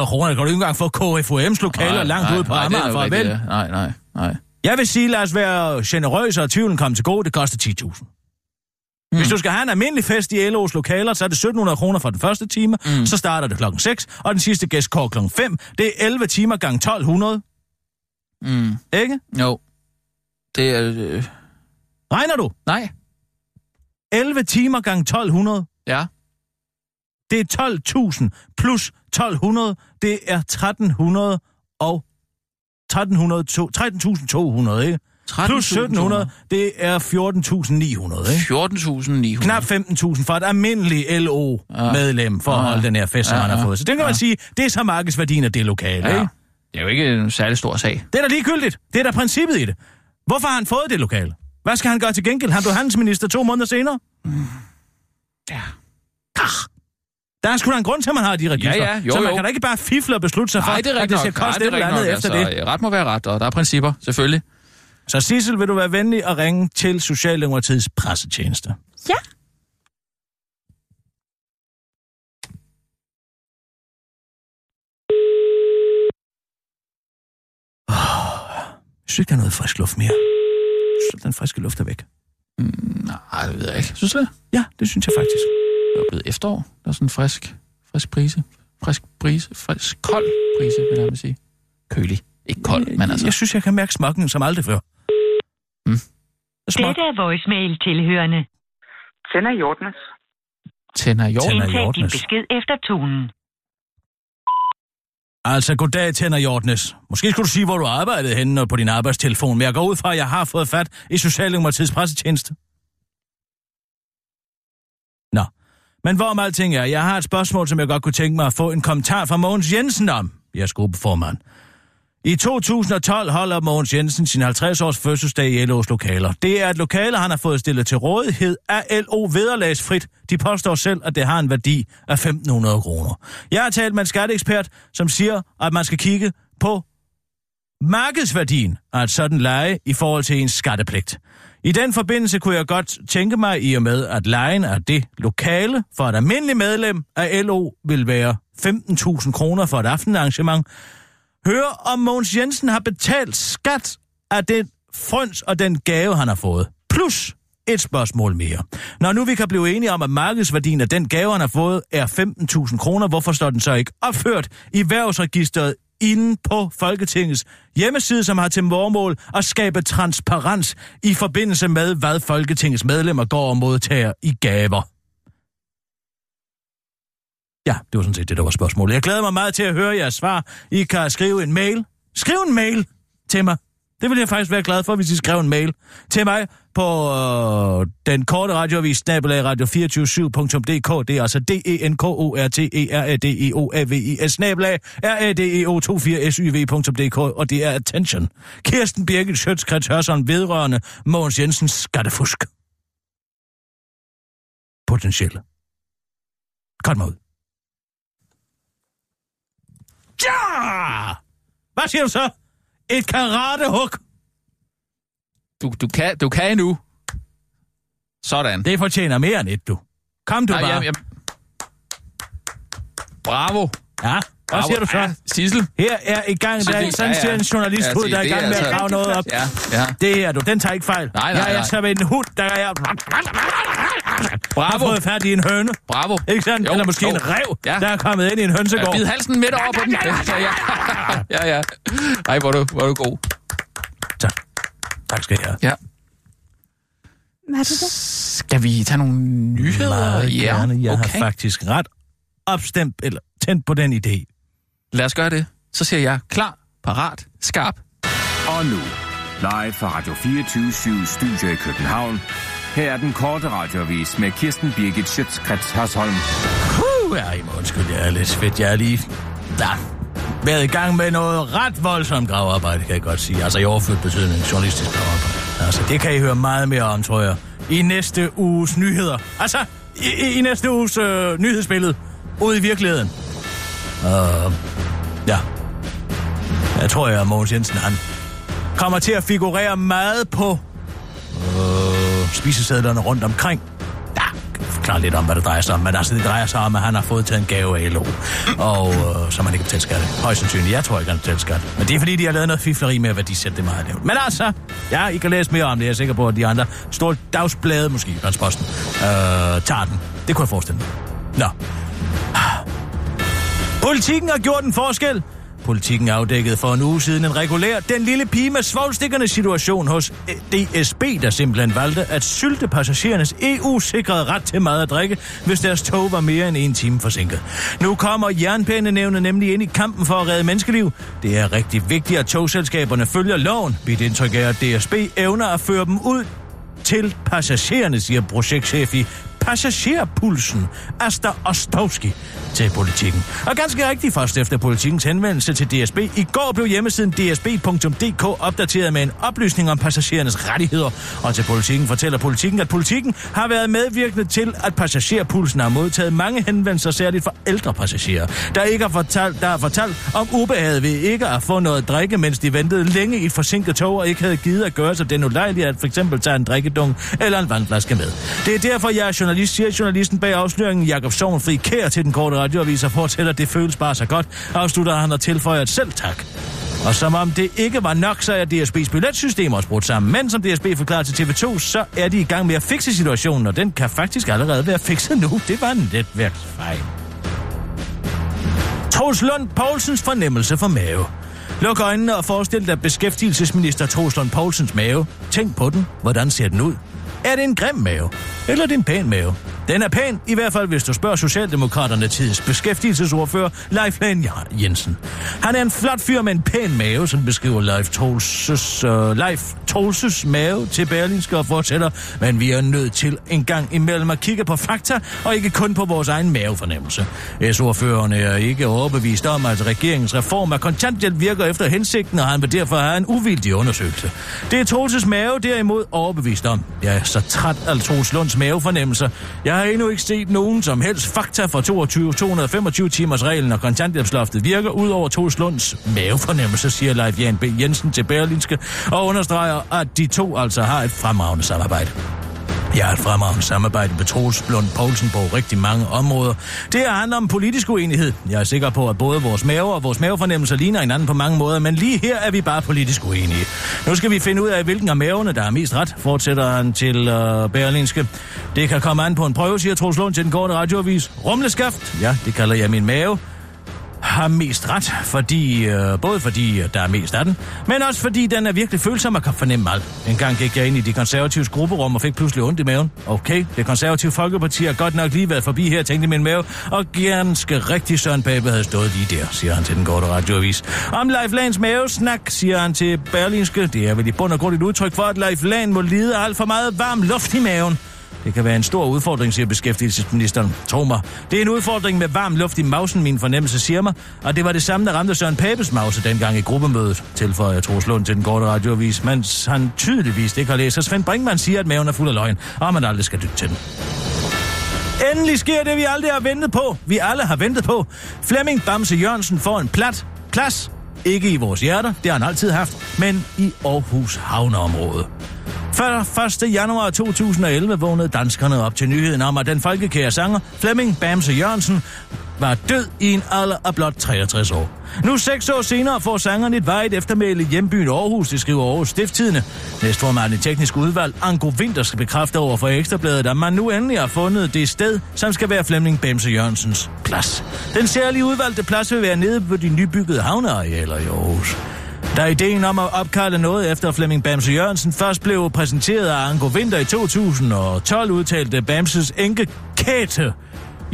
1.500 kroner kan du ikke engang få KFUM's lokaler nej, langt nej, ude på nej, det er Amager jo for at rigtigt, vælge. ja. Nej, nej, nej. Jeg vil sige, lad os være generøse, og tvivlen komme til gode. Det koster 10.000. Hmm. Mm. Hvis du skal have en almindelig fest i LO's lokaler, så er det 1.700 kroner for den første time, Hmm. mm. så starter det klokken 6, og den sidste gæst går klokken 5. Det er 11 timer gange 1.200. Mm. Ikke? Jo. Det er... Øh, Regner du? nej. 11 timer gange 1.200. Ja. Det er 12.000 plus 1.200. Det er 1.300 og 1.300, 13.200, ikke? Plus 1.700, det er 14.900, ikke? 14.900. Knap 15.000 for et almindeligt LO-medlem for at Ja. holde den her fest, som Ja, han har ja. fået. Så det kan man Ja. sige, det er så markedsværdien af det lokale, Ja. ikke? Det er jo ikke en særlig stor sag. Det er da ligegyldigt. Det er da princippet i det. Hvorfor har han fået det lokale? Hvad skal han gøre til gengæld? Han blev handelsminister to måneder senere. Ja. Der er sgu da en grund til, at man har de register. Ja, ja, jo, så man jo. kan da ikke bare fifle og beslutte sig Nej, for, det er at rigtigt det nok. skal Nej, koste det er et eller rigtigt andet nok. efter det. altså, Ret må være ret, og der er principper, selvfølgelig. Så Sissel, vil du være venlig at ringe til Socialdemokratiets pressetjeneste? Ja. synes der er noget frisk luft mere. Så den friske luft er væk. Nej, det ved jeg ikke. Synes du det? Ja, det synes jeg faktisk. Det er blevet efterår. Der er sådan en frisk, frisk brise. Frisk brise. Frisk kold brise, vil jeg nærmest sige. Kølig. Ikke kold, men altså... Jeg synes, jeg kan mærke smakken som aldrig før. Mm. Smag. Dette er voicemail tilhørende. Tænder Hjortnes. Tænder jord. Tænder Indtag din Hjortnes. besked efter tonen. Altså, goddag, Tænder Hjortnes. Måske skulle du sige, hvor du arbejdede henne og på din arbejdstelefon, men jeg går ud fra, at jeg har fået fat i Socialdemokratiets pressetjeneste. Nå, men hvorom alting er, jeg har et spørgsmål, som jeg godt kunne tænke mig at få en kommentar fra Mogens Jensen om, jeres gruppeformand. I 2012 holder Mogens Jensen sin 50-års fødselsdag i LO's lokaler. Det er et lokale, han har fået stillet til rådighed af LO vederlagsfrit. De påstår selv, at det har en værdi af 1.500 kroner. Jeg har talt med en skatteekspert, som siger, at man skal kigge på markedsværdien af et sådan leje i forhold til ens skattepligt. I den forbindelse kunne jeg godt tænke mig i og med, at lejen af det lokale for et almindeligt medlem af LO vil være 15.000 kroner for et aftenarrangement, Hør, om Mogens Jensen har betalt skat af den frøns og den gave, han har fået. Plus et spørgsmål mere. Når nu vi kan blive enige om, at markedsværdien af den gave, han har fået, er 15.000 kroner, hvorfor står den så ikke opført i værvsregisteret inde på Folketingets hjemmeside, som har til formål at skabe transparens i forbindelse med, hvad Folketingets medlemmer går og modtager i gaver? Ja, det var sådan set det, der var spørgsmålet. Jeg glæder mig meget til at høre jeres svar. I kan skrive en mail. Skriv en mail til mig. Det vil jeg faktisk være glad for, hvis I skrev en mail til mig på øh, den korte radioavis, snabelag radio247.dk. Det er altså d e n k o r t e r a d e o a v i s snabelag r a d e o 24 s y v.dk, og det er attention. Kirsten Birgit Sjøtskrets Hørsson vedrørende Mogens Jensens skattefusk. Potentielle. Kom mig ud. Ja! Hvad siger du så? Et karatehug. Du, du, kan, du kan endnu. Sådan. Det fortjener mere end et, du. Kom du Ej, bare. jamen, jamen. Bravo. Ja, hvad Bravo. siger du så? Ja, Sissel. Her er i gang, der er det- sådan ja, ja. ser en journalist Ja, ud, se, der er i det gang er med at altså- grave noget op. Ja, ja. Det er du, den tager ikke fejl. Nej, nej, jeg er nej. som en hund, der er... Har Bravo. fået fat i en høne. Bravo. Ikke sandt? Jo, Eller måske jo. en rev, Ja. der er kommet ind i en Ja, hønsegård. bid halsen midt over på den. Ja, ja. ja, ja. Ej, hvor er du, hvor er du god. tak. tak skal I have. Ja. Hvad er det så? Skal vi tage nogle nyheder? Meget gerne. Jeg ja, har okay. faktisk ret opstemt eller tændt på den idé. Lad os gøre det. Så siger jeg klar, parat, skarp. Og nu, live fra Radio 24 Studio i København. Her er den korte radiovis med Kirsten Birgit Schøtzgrads Hasholm. Puh, ja, I må undskylde, jeg er lidt fedt. Jeg er lige... Da. Været i gang med noget ret voldsomt gravearbejde, kan jeg godt sige. Altså i overført betydning, journalistisk gravearbejde. Altså, det kan I høre meget mere om, tror jeg. I næste uges nyheder. Altså, i, i, i næste uges øh, nyhedsbillede. Ude i virkeligheden. Uh, ja. Jeg tror, jeg er Mogens Jensen, han kommer til at figurere meget på øh, spisesedlerne rundt omkring. Ja, jeg kan forklare lidt om, hvad det drejer sig om. Men altså, det drejer sig om, at han har fået taget en gave af LO. Og øh, så man ikke betalt skat. af. Højst sandsynligt. Jeg tror ikke, han har betalt skat. Men det er fordi, de har lavet noget fifleri med, hvad de sætter det meget lavt. Men altså, ja, I kan læse mere om det. Jeg er sikker på, at de andre store dagsblade, måske, Landsposten, øh, tager den. Det kunne jeg forestille mig. Nå, Politikken har gjort en forskel. Politikken afdækkede for en uge siden en regulær, den lille pige med svogstikkernes situation hos øh, DSB, der simpelthen valgte at sylte passagerernes EU-sikrede ret til mad og drikke, hvis deres tog var mere end en time forsinket. Nu kommer jernbanenævnet nemlig ind i kampen for at redde menneskeliv. Det er rigtig vigtigt, at togselskaberne følger loven. Mit indtryk er, at DSB evner at føre dem ud til passagererne, siger projektchef i Passagerpulsen, Asta Ostowski, til politikken. Og ganske rigtigt først efter politikens henvendelse til DSB. I går blev hjemmesiden dsb.dk opdateret med en oplysning om passagerernes rettigheder. Og til politikken fortæller politikken, at politikken har været medvirkende til, at passagerpulsen har modtaget mange henvendelser, særligt fra ældre passagerer, der ikke har fortalt, der har fortalt om ubehaget ved ikke at få noget at drikke, mens de ventede længe i et forsinket tog og ikke havde givet at gøre sig den ulejlighed at for eksempel tage en drikkedunk eller en vandflaske med. Det er derfor, jeg er journalist, siger journalisten bag afsløringen Jakob Sovnfri Kær til den korte radioavis og fortæller, at det føles bare så godt, afslutter han og tilføjer et selv tak. Og som om det ikke var nok, så er DSB's billetsystem også brudt sammen. Men som DSB forklarede til TV2, så er de i gang med at fikse situationen, og den kan faktisk allerede være fikset nu. Det var en netværksfejl. Troels Lund Poulsens fornemmelse for mave. Luk øjnene og forestil dig beskæftigelsesminister Troels Lund Poulsens mave. Tænk på den. Hvordan ser den ud? Er det en grim mave? Eller er det en pæn mave? Den er pæn, i hvert fald hvis du spørger Socialdemokraterne tidens beskæftigelsesordfører Leif Lahn Jensen. Han er en flot fyr med en pæn mave, som beskriver Leif Tolses, uh, Leif Tolses mave til Berlinske og fortsætter. Men vi er nødt til en gang imellem at kigge på fakta og ikke kun på vores egen mavefornemmelse. S-ordførerne er ikke overbevist om, at regeringens reform af kontanthjælp virker efter hensigten, og han vil derfor have en uvildig undersøgelse. Det er Tolses mave derimod overbevist om. Jeg er så træt af Troels Lunds mavefornemmelser. Jeg har endnu ikke set nogen som helst fakta fra 22, 225 timers reglen og kontanthjælpsloftet virker ud over Troels Lunds mavefornemmelse, siger Leif Jan B. Jensen til Berlinske, og understreger, at de to altså har et fremragende samarbejde. Jeg har et fremragende samarbejde med Troels Lund Poulsen på rigtig mange områder. Det her handler om politisk uenighed. Jeg er sikker på, at både vores maver og vores mavefornemmelser ligner hinanden på mange måder, men lige her er vi bare politisk uenige. Nu skal vi finde ud af, hvilken af maverne, der er mest ret, fortsætter han til øh, Berlinske. Det kan komme an på en prøve, siger Troels Lund til den korte radioavis. Rumleskaft, ja, det kalder jeg min mave har mest ret, fordi, øh, både fordi øh, der er mest af den, men også fordi den er virkelig følsom og kan fornemme alt. En gang gik jeg ind i de konservatives grupperum og fik pludselig ondt i maven. Okay, det konservative folkeparti har godt nok lige været forbi her, tænkte min mave, og ganske rigtig Søren Pape havde stået lige der, siger han til den korte radioavis. Om Leif Lands mavesnak, siger han til Berlinske, det er vel i bund og grund et udtryk for, at Leif Land må lide af alt for meget varm luft i maven. Det kan være en stor udfordring, siger beskæftigelsesministeren. Tro mig. Det er en udfordring med varm luft i mausen, min fornemmelse siger mig. Og det var det samme, der ramte Søren Papes mause dengang i gruppemødet, tilføjer Troels Lund til den korte radioavis, mens han tydeligvis ikke har læst. Og Svend Brinkmann siger, at maven er fuld af løgn, og man aldrig skal lytte til den. Endelig sker det, vi aldrig har ventet på. Vi alle har ventet på. Flemming Bamse Jørgensen får en plat plads. Ikke i vores hjerter, det har han altid haft, men i Aarhus Havneområde. Før 1. januar 2011 vågnede danskerne op til nyheden om, at den folkekære sanger Flemming Bamse Jørgensen var død i en alder af blot 63 år. Nu seks år senere får sangeren et vejet eftermæle i hjembyen Aarhus, det skriver Aarhus Stifttidene. Næstformanden i teknisk udvalg, Anko Winter, skal bekræfte over for Ekstrabladet, at man nu endelig har fundet det sted, som skal være Flemming Bamse Jørgensens plads. Den særlige udvalgte plads vil være nede på de nybyggede havnearealer i Aarhus. Da ideen om at opkalde noget efter Flemming Bamse Jørgensen først blev præsenteret af Anko Vinter i 2012, udtalte Bamses enke Kate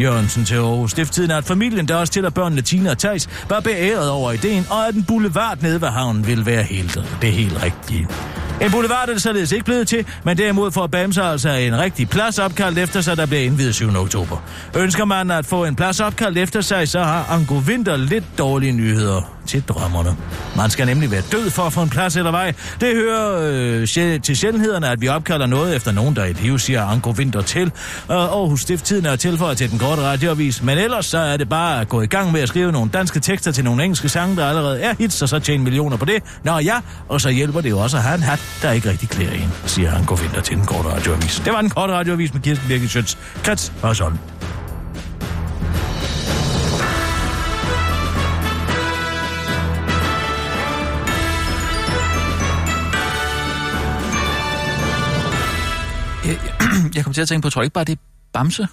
Jørgensen til Aarhus Stifttiden, at familien, der også tæller børnene Tina og Thijs, var beæret over ideen, og at en boulevard nede ved havnen ville være helt det helt rigtige. En boulevard er det således ikke blevet til, men derimod får Bamse altså en rigtig plads opkaldt efter sig, der bliver indvidet 7. oktober. Ønsker man at få en plads opkaldt efter sig, så har Anko Vinter lidt dårlige nyheder til drømmerne. Man skal nemlig være død for at få en plads eller vej. Det hører øh, sjæl- til sjældenhederne, at vi opkalder noget efter nogen, der er i live, siger Anko Vinter til. Og Aarhus Stifttiden er tilføjet til den korte radioavis. Men ellers så er det bare at gå i gang med at skrive nogle danske tekster til nogle engelske sange, der allerede er hits, og så tjene millioner på det. Nå ja, og så hjælper det jo også at have en hat, der ikke rigtig klæder en, siger Anko Vinter til den korte radioavis. Det var den korte radioavis med Kirsten Birgit Schøtz, Krets og sådan. Jeg, jeg, jeg kom til at tænke på, tror du ikke bare, det er Bamse?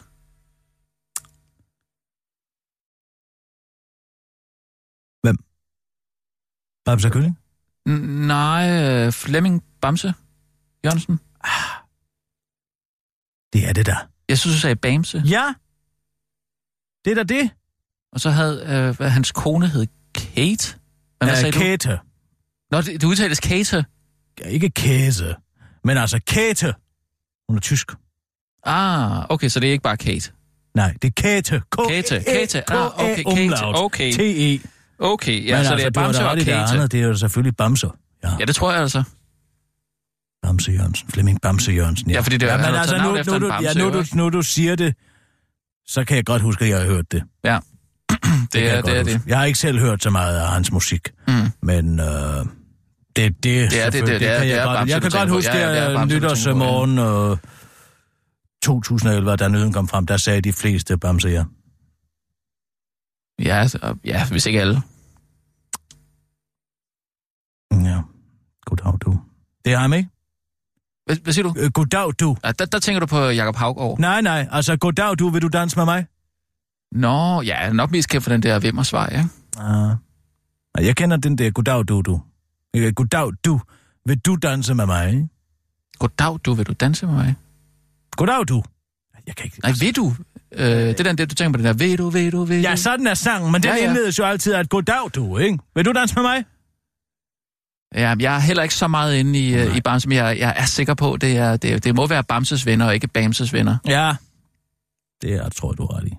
Hvem? Babs og Kylling? N- nej, øh, Flemming Bamse Jørgensen. Det er det der. Jeg synes, du sagde Bamse. Ja! Det er da det. Og så havde øh, hvad, hans kone hed Kate. Men hvad Øh, sagde du? Kate. Nå, det, det udtales Kate. Ja, ikke Kæse, men altså Kate. Hun er tysk. Ah, okay, så det er ikke bare Kate. Nej, det er Kate. K Kate, Kate. Ah, okay, Kate. Okay. T-E. Okay, ja, Men så det er var Bamse da og ret i altså, det Kate. andet, Det er jo selvfølgelig Bamse. Ja, Ja, det tror jeg altså. Bamse Jørgensen. Flemming Bamse Jørgensen. Ja, fordi det er- ja, han men har altså, taget nu, navn efter nu, en du, ja, bamse, nu, jo, du, ikke? nu du siger det, så kan jeg godt huske, at jeg har hørt det. Ja. kan det jeg er godt det. Er huske. det. Jeg har ikke selv hørt så meget af hans musik, mm. men øh, det, det, det, det er- det, det er- kan det jeg er godt. Bamse, Jeg du kan godt tænker på. huske, Ja, ja, det er at Bamse, du tænker på, ja. nytårsmorgen øh, 2011, da nyheden kom frem, der sagde de fleste Bamse ja. Ja, så- ja, hvis ikke alle. Mm, goddag du. Det er ham, ikke? Hvad, hvad siger du? Øh, goddag du. Ja, der, der tænker du på Jakob Haugård. Nej, nej, altså goddag du, vil du danse med mig? Nå, ja, jeg er nok mest kendt for den der Vimmer svar, ikke? Ah. Nej, Jeg kender den der goddag du, du. Øh, Goddag du, vil du danse med mig? ikke? Goddag, du, vil du danse med mig? Goddag du. Jeg kan ikke... Nej, ved du? Øh, det er den der, du tænker på den der, ved du, ved du, ved du? Ja, sådan er sangen, men den Ja, ja, ja. ja. indledes jo altid af et goddag du, ikke? Vil du danse med mig? Ja, jeg er heller ikke så meget inde i, øh, i Bamse, men jeg, jeg er sikker på, det, er, det, er- det må være Bamses venner og ikke Bamses venner. Ja. Det er, tror jeg, du har ret i.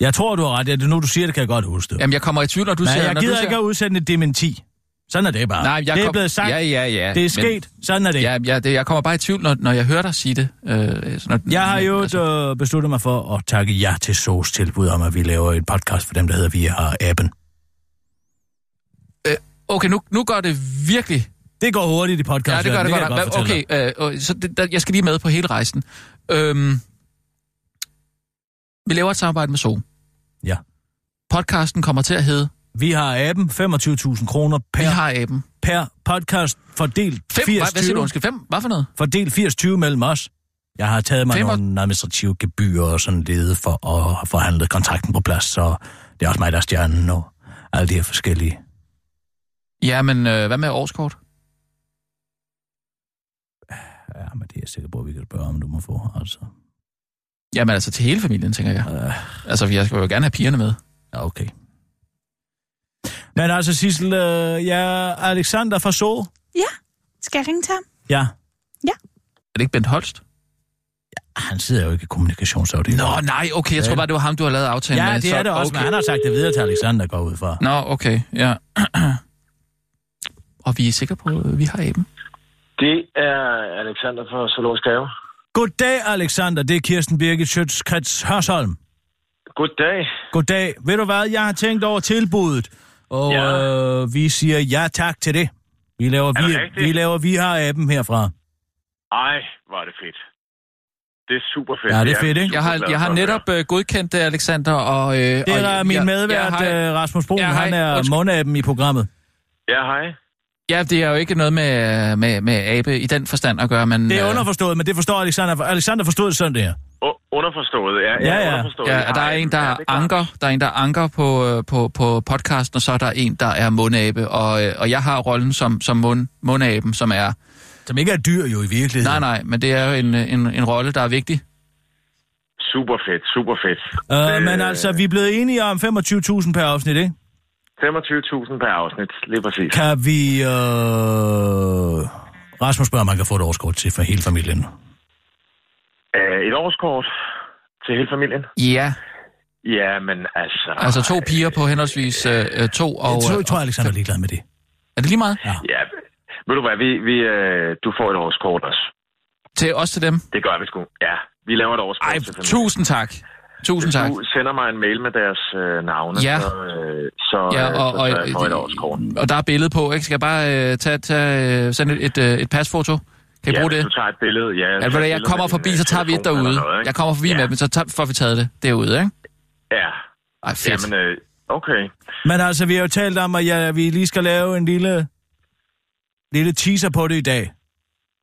Jeg tror, du har ret. Ja, det er nu, du siger det, kan jeg godt huske det. Jamen, jeg kommer i tvivl, når du Nej, siger... jeg når du gider siger... ikke at udsende et dementi. Sådan er det bare. Nej, jeg Ah. det er kom... blevet sagt. Ja, ja, ja. Det er men- sket. Sådan er det. Ja, ja det, jeg kommer bare i tvivl, når, når jeg hører dig sige det. Øh, så når, Jeg har jo Altså, altså... besluttet mig for at takke jer til SOS tilbud om, at vi laver et podcast for dem, der hedder Vi har appen. okay, nu, nu går det virkelig... Det går hurtigt i Ja, podcast. det gør det, kan godt. jeg nok. Hva- fortælle Okay, dig. øh, øh, så det, der, jeg skal lige med på hele rejsen. Øhm, vi laver et samarbejde med Zoom. Ja. Podcasten kommer til at hedde Vi har appen. 25.000 kroner per, Vi har aben. per podcast fordelt Fem, hvad, hvad siger du, 80-20 undskyld? Fem? Hvad for noget? fordelt 80-20 mellem os. Jeg har taget mig Fem og- nogle administrative gebyrer og sådan lidt for at have forhandlet kontrakten på plads, så det er også mig, der er stjernen og alle de her forskellige. Ja, men øh, hvad med årskort? Ja, men det er jeg sikker på, at vi kan spørge, om du må få. Altså. Jamen altså til hele familien, tænker jeg. Øh. Altså, jeg skal jo gerne have pigerne med. Ja, okay. Men altså, Sissel, øh, ja, Alexander fra Sol? Skal jeg ringe til ham? Ja. Er det ikke Bent Holst? Han sidder jo ikke i kommunikationsafdelingen. Nå, nej, okay, jeg tror bare, det var ham, du har lavet aftalen med. Ja, det så- er det også, okay. okay. men han har sagt det videre til Alexander, går jeg ud fra. Nå, okay, ja. Og vi er sikre på, at vi har aben. Det er Alexander fra Zoologisk Have. Goddag, Alexander. Det er Kirsten Birgit Schøtz Krets Hørsholm. Goddag. Goddag. Ved du hvad, jeg har tænkt over tilbuddet, og ja. Ja. øh, vi siger ja tak til det. Vi laver, Er det vi, rigtigt? vi, laver vi har aben herfra. Ej, hvor er det fedt. Det er super fedt. Ja, det er fedt, ikke? super Jeg har, glad jeg for har at netop øh, godkendt det, Alexander, og... Øh, det Det er og, øh, min ja, medvært, Ja, hej. øh, Rasmus Brun. Ja, hej. han er Undskyld. mundaben i programmet. høre. Ja, hej. ja, det er jo ikke noget med, med, med abe i den forstand at gøre, men... Det er øh, underforstået, men det forstår Alexander. Alexander forstod det sådan det her. U- underforstået, ja. Ja, ja. Underforstået. Ja, der er Hej. en, der Ja, er det er klart. anker, der er en, der er anker på, øh, på, på podcasten, og så er der en, der er mundabe, og, øh, og jeg har rollen som, som mund, mundaben, som er... Som ikke er dyr jo i virkeligheden. Nej, nej, men det er jo en, øh, en, en rolle, der er vigtig. Super fedt, super fedt. Øh, men Øh, altså, vi er blevet enige om 25.000 per afsnit, ikke? 25.000 per afsnit, lige præcis. Kan vi... Øh... Rasmus spørger, om man kan få et årskort til for hele familien. Øh, Et årskort til hele familien? Ja, Ja, men altså... altså to piger på henholdsvis øh, øh, to og... Jeg tror, øh, jeg tror og- Alexander er ligeglad med det. Er det lige meget? Ja. Ja, ved du hvad, vi, vi, øh, du får et årskort også. Til os til dem? Det gør vi sgu. Ja, vi laver et årskort Ej, til familien. tusind tak. Tusind tak. Hvis du sender mig en mail med deres øh, navne, Ja. så, øh, så, Ja, øh, og, så, så jeg får og, et årskort. og der er billede på, ikke? Skal jeg bare øh, tage, tage, øh, sende et, et, øh, et pasfoto? Kan I ja, bruge hvis det? du tager et billede, ja. Ja, ved du, jeg kommer forbi, så tager vi et derude. Jeg kommer forbi ja. ja. med dem, så tager, får vi taget det derude, ikke? Ja, Ej, fedt. jamen, øh, okay. Men altså, vi har jo talt om, at ja, vi lige skal lave en lille, lille teaser på det i dag.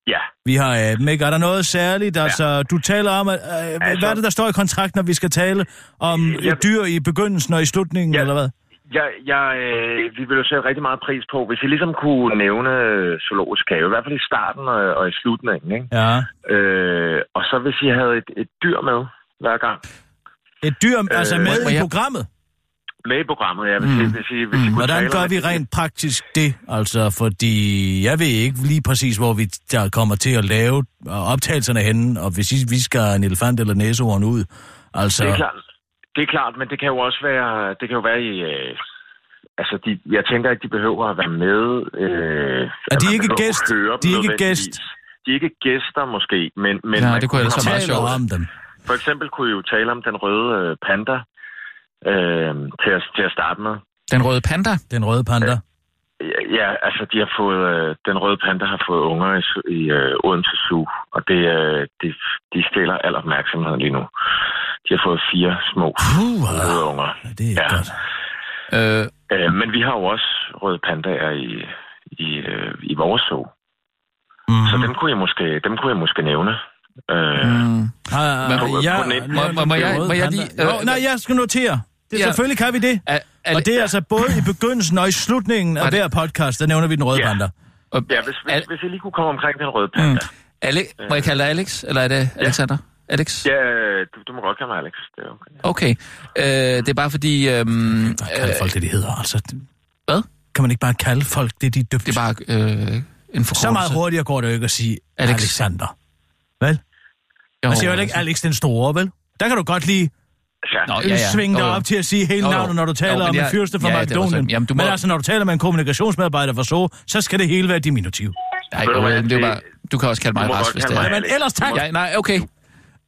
Ja, Vi har aben, ikke? Er der noget særligt? Altså, du taler om, at, øh, altså, hvad er det, der står i kontrakten, når vi skal tale om Jeg- dyr i begyndelsen og i slutningen, Jeg- eller hvad? jeg, jeg, øh, vi vil jo sætte rigtig meget pris på, hvis I ligesom kunne nævne øh, zoologisk have, i hvert fald i starten og, og i slutningen, ikke? Ja. Øh, og så hvis I havde et, et dyr med hver gang. Et dyr, øh, altså Øh, må med i jeg- programmet? Med i programmet, ja. Hvis, I, Mm. hvis, I, hvis I kunne Hvordan tale om, gør at vi I- rent praktisk det? Altså, fordi jeg ved ikke lige præcis, hvor vi der kommer til at lave øh, optagelserne henne, og hvis I, vi skal en elefant eller næsehorn ud, altså... Det er klart. Det er klart, men det kan jo også være, det kan jo være i, øh, altså de, jeg tænker ikke, de behøver at være med. Øh, at de man ikke behøver at gæst? høre De er dem ikke gæst? nødvendigvis. De er ikke gæster måske, men... men Ja, man det kunne ellers kunne være meget taler sjovt. om dem. For eksempel kunne I jo tale om den røde øh, panda øh, til, at, til at starte med. Den røde panda? Den røde panda. Ja, Ja, altså de har fået, øh, den røde panda har fået unger i, i øh, Odense Zoo, og det, øh, de, de stiller al opmærksomheden lige nu. De har fået fire små Puh, røde unger. ja, det er ikke Ja. godt. Øh, Øh, men vi har jo også røde pandaer i, i, øh, i vores zoo. Så dem kunne jeg måske, dem kunne jeg måske nævne. Øh, ja, mm. Må- må- må jeg- må jeg lige- Nå, øh, nej, jeg skal notere. Det, Ja. ja. Selvfølgelig kan vi det. Er- er- og det er altså både i begyndelsen og i slutningen af hver podcast, der nævner vi den røde Ja. panda. øh, ja hvis, hvis, hvis jeg lige kunne komme omkring den røde panda. Ale, må jeg kalde dig Alex, eller er det Alexander? Alex? Ja, du, du må godt kalde mig Alex. Det er okay. Okay. Øh, det er bare fordi... Øhm, øh, Kalde folk det, de hedder, altså. Hvad? Kan man ikke bare kalde folk det, de er døbt? Det er bare øh, en forkortelse. Så meget hurtigere går det jo ikke at sige Alex. Alex. Alexander. Vel? Man siger jo heller ikke Alex den Store, vel? Der kan du godt lige Ja. Nå, ja, ja. svinge dig op til at sige hele Jo, jo. navnet, når du Jo, taler men om en jeg- fyrste fra ja, det var Makedonien. sådan. Jamen, du må- Men altså, når du taler med en kommunikationsmedarbejder fra SO, så skal det hele være diminutiv. Nej, Ved du jo, hvad, men det er jo det- bare... Du kan også kalde Du mig må Lars, godt hvis kalde det er. mig Men Alex. ellers tak. Ja, nej, okay.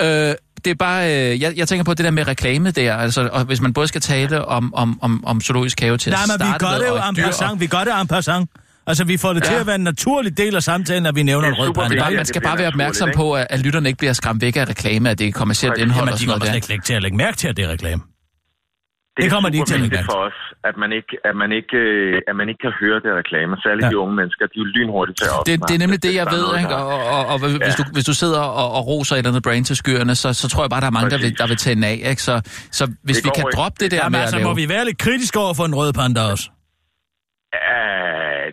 Øh, det er bare... Øh, jeg, jeg tænker på det der med reklame der, altså, og hvis man både skal tale om, om, om, om zoologisk have til Nej, at men vi starte gør det med, jo og en dyr, passant. Vi gør det en passant. Altså, vi får det ja. til at være en naturlig del af samtalen, at vi nævner en Det er rød super panda. vigtigt. Bare, Ja, man det skal bliver bare være opmærksom naturligt, på, at, at lytterne ikke bliver skræmt væk af reklame, at det er kommersielt Præcis. indhold Jamen, og de sådan kommer noget der. slet ikke lægge til at lægge mærke til, at det er reklame. Det, Det kommer de ikke til at lægge vigtigt mærke for os, at man ikke, at man ikke, øh, at man ikke kan høre det reklame. Særligt ja. Ja. de unge mennesker, de er jo lynhurtige til at Det, opsnappe. det er nemlig det, jeg der er ved, noget, ikke? der- Og, og, og hvis, Ja. du, hvis du sidder og, og roser et eller andet brain til skyerne, så, så tror jeg bare, der er mange, der vil, Præcis. der vil tage den af, ikke? Så, så hvis Det vi går kan ikke. droppe det der Jamen, med at altså, må lave... vi være lidt kritiske over for en rød panda også? Øh,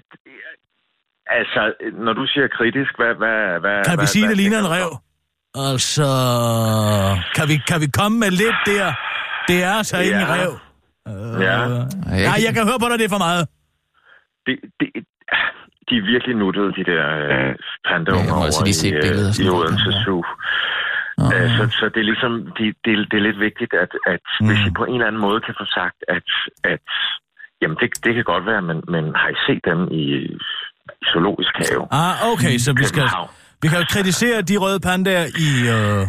altså, når du siger kritisk, hvad... hvad, hvad Kan hvad, vi sige, hvad det ligner en tænker du rev? så? Altså, kan vi, kan vi komme med lidt der? Det er altså ikke en Ja. rev. Ja. jeg Nej, kan- jeg kan høre på dig, det er for meget. Det, det, de er virkelig nuttede, de der øh, Ja, jeg pandaunger må også ja, altså, over lige se i, billeder og øh, sådan i noget. Odense Zoo. Øh, Så, så det er ligesom, det, det, det er lidt vigtigt, at, at mm. hvis I på en eller anden måde kan få sagt, at, at jamen det, det kan godt være, men, men har I set dem i, i zoologisk have? Ah, okay, så vi skal... København. Vi kan jo kritisere de røde pandaer i, øh,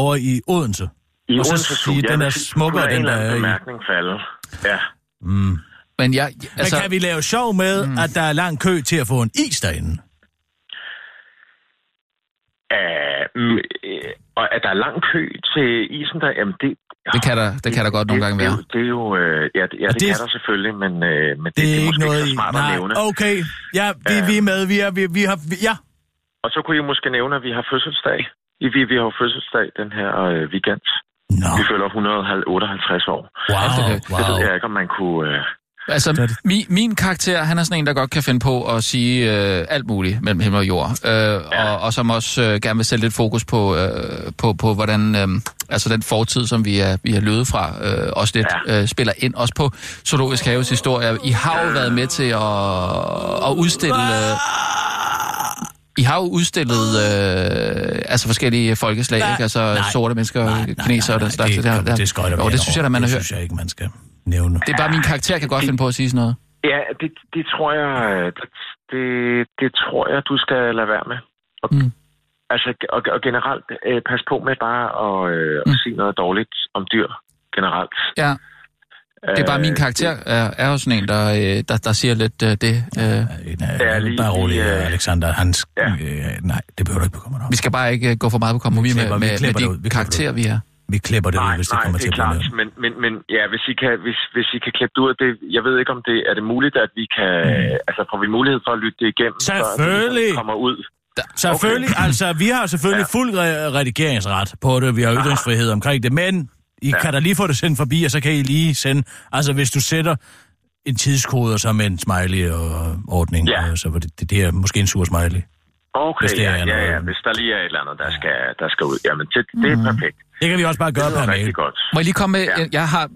over i Odense. I og så Odense Zoo, sige, den er hvis I skulle smukkere, lade en den der eller anden er i. bemærkning falde. Ja. Men jeg... Altså, Altså, Men kan vi lave sjov med, mm. at der er lang kø til at få en is derinde? Uh, mm, øh, og at der er lang kø til isen der, jamen det... det kan der, det kan der godt nogle gange det, være. Det, det er jo... Øh, ja, det, ja, Og det, det- kan der selvfølgelig, men, øh, men det, Det, er ikke måske noget ikke så smart at Nej, nævne. okay. Ja, vi, vi er med. Vi, er, vi, vi har... Vi, ja. Og så kunne I måske nævne, at vi har fødselsdag. I- Vi, vi har jo fødselsdag den her øh, weekend. Nå, Vi følger 158 år. wow, Det ved Ah. wow. jeg ikke, om man kunne... Øh, Altså, min, min karakter, han er sådan en, der godt kan finde på at sige øh, alt muligt mellem himmel og jord. Øh, og, og som også øh, gerne vil sætte lidt fokus på, øh, på, på hvordan øh, altså den fortid, som vi er, vi er løbet fra, øh, også lidt øh, spiller ind. Også på Zoologisk Haves historie. I har jo været med til at, at udstille... Øh, I har jo udstillet øh, altså forskellige folkeslag, Nej, ikke? Altså nej, sorte mennesker, nej, nej, kinesere og nej, den slags. Det, der, det, der. det, skøjter vi Jo, det hen synes over. jeg, at man har det hørt. synes jeg ikke, man skal nævne. Det er bare min karakter, kan godt finde på at sige sådan noget. ja, det, det tror jeg... øh, Det, det, det tror jeg, du skal lade være med. Og, Mm. mm. Altså, og, og generelt, øh, pas på med bare at, øh, mm. at sige noget dårligt om dyr generelt. Ja. Det er bare min Øh, karakter er, er jo sådan en, der, øh, der, der siger lidt øh, det. Øh, Ja, lige, bare rolig, lige, øh, Alexander. Hans, ja. øh, nej, det behøver du ikke bekymre dig om. vi skal bare ikke øh, gå for meget på kompromis med, klipper- med, vi med, klipper det ud, de vi klipper det karakterer, vi er. Vi klipper det ud, nej, hvis det nej, kommer det til at er blive klart. nævnt. Men, men, men ja, hvis I kan, hvis, hvis I kan klippe det ud af det, jeg ved ikke om det, er det muligt, at vi kan, mm. altså får vi mulighed for at lytte det igennem, før det Selvfølgelig. ligesom kommer ud? Selvfølgelig, okay. altså vi har selvfølgelig ja. fuld re- redigeringsret på det, vi har ytringsfrihed omkring det, men I ja. kan da lige få det sendt forbi, og så kan I lige sende, altså hvis du sætter en tidskode og så med en smiley og ordning, Ja. ja. så var det, det, det er måske en sur smiley. Okay, Hvis det ja, er ja, noget. ja, hvis der lige er et eller andet, der skal, der skal ud, jamen det, det er perfekt. Mm. Det kan vi også bare gøre Det per er mail. rigtig godt. Må jeg lige komme med? Ja. Ja. Jeg, har,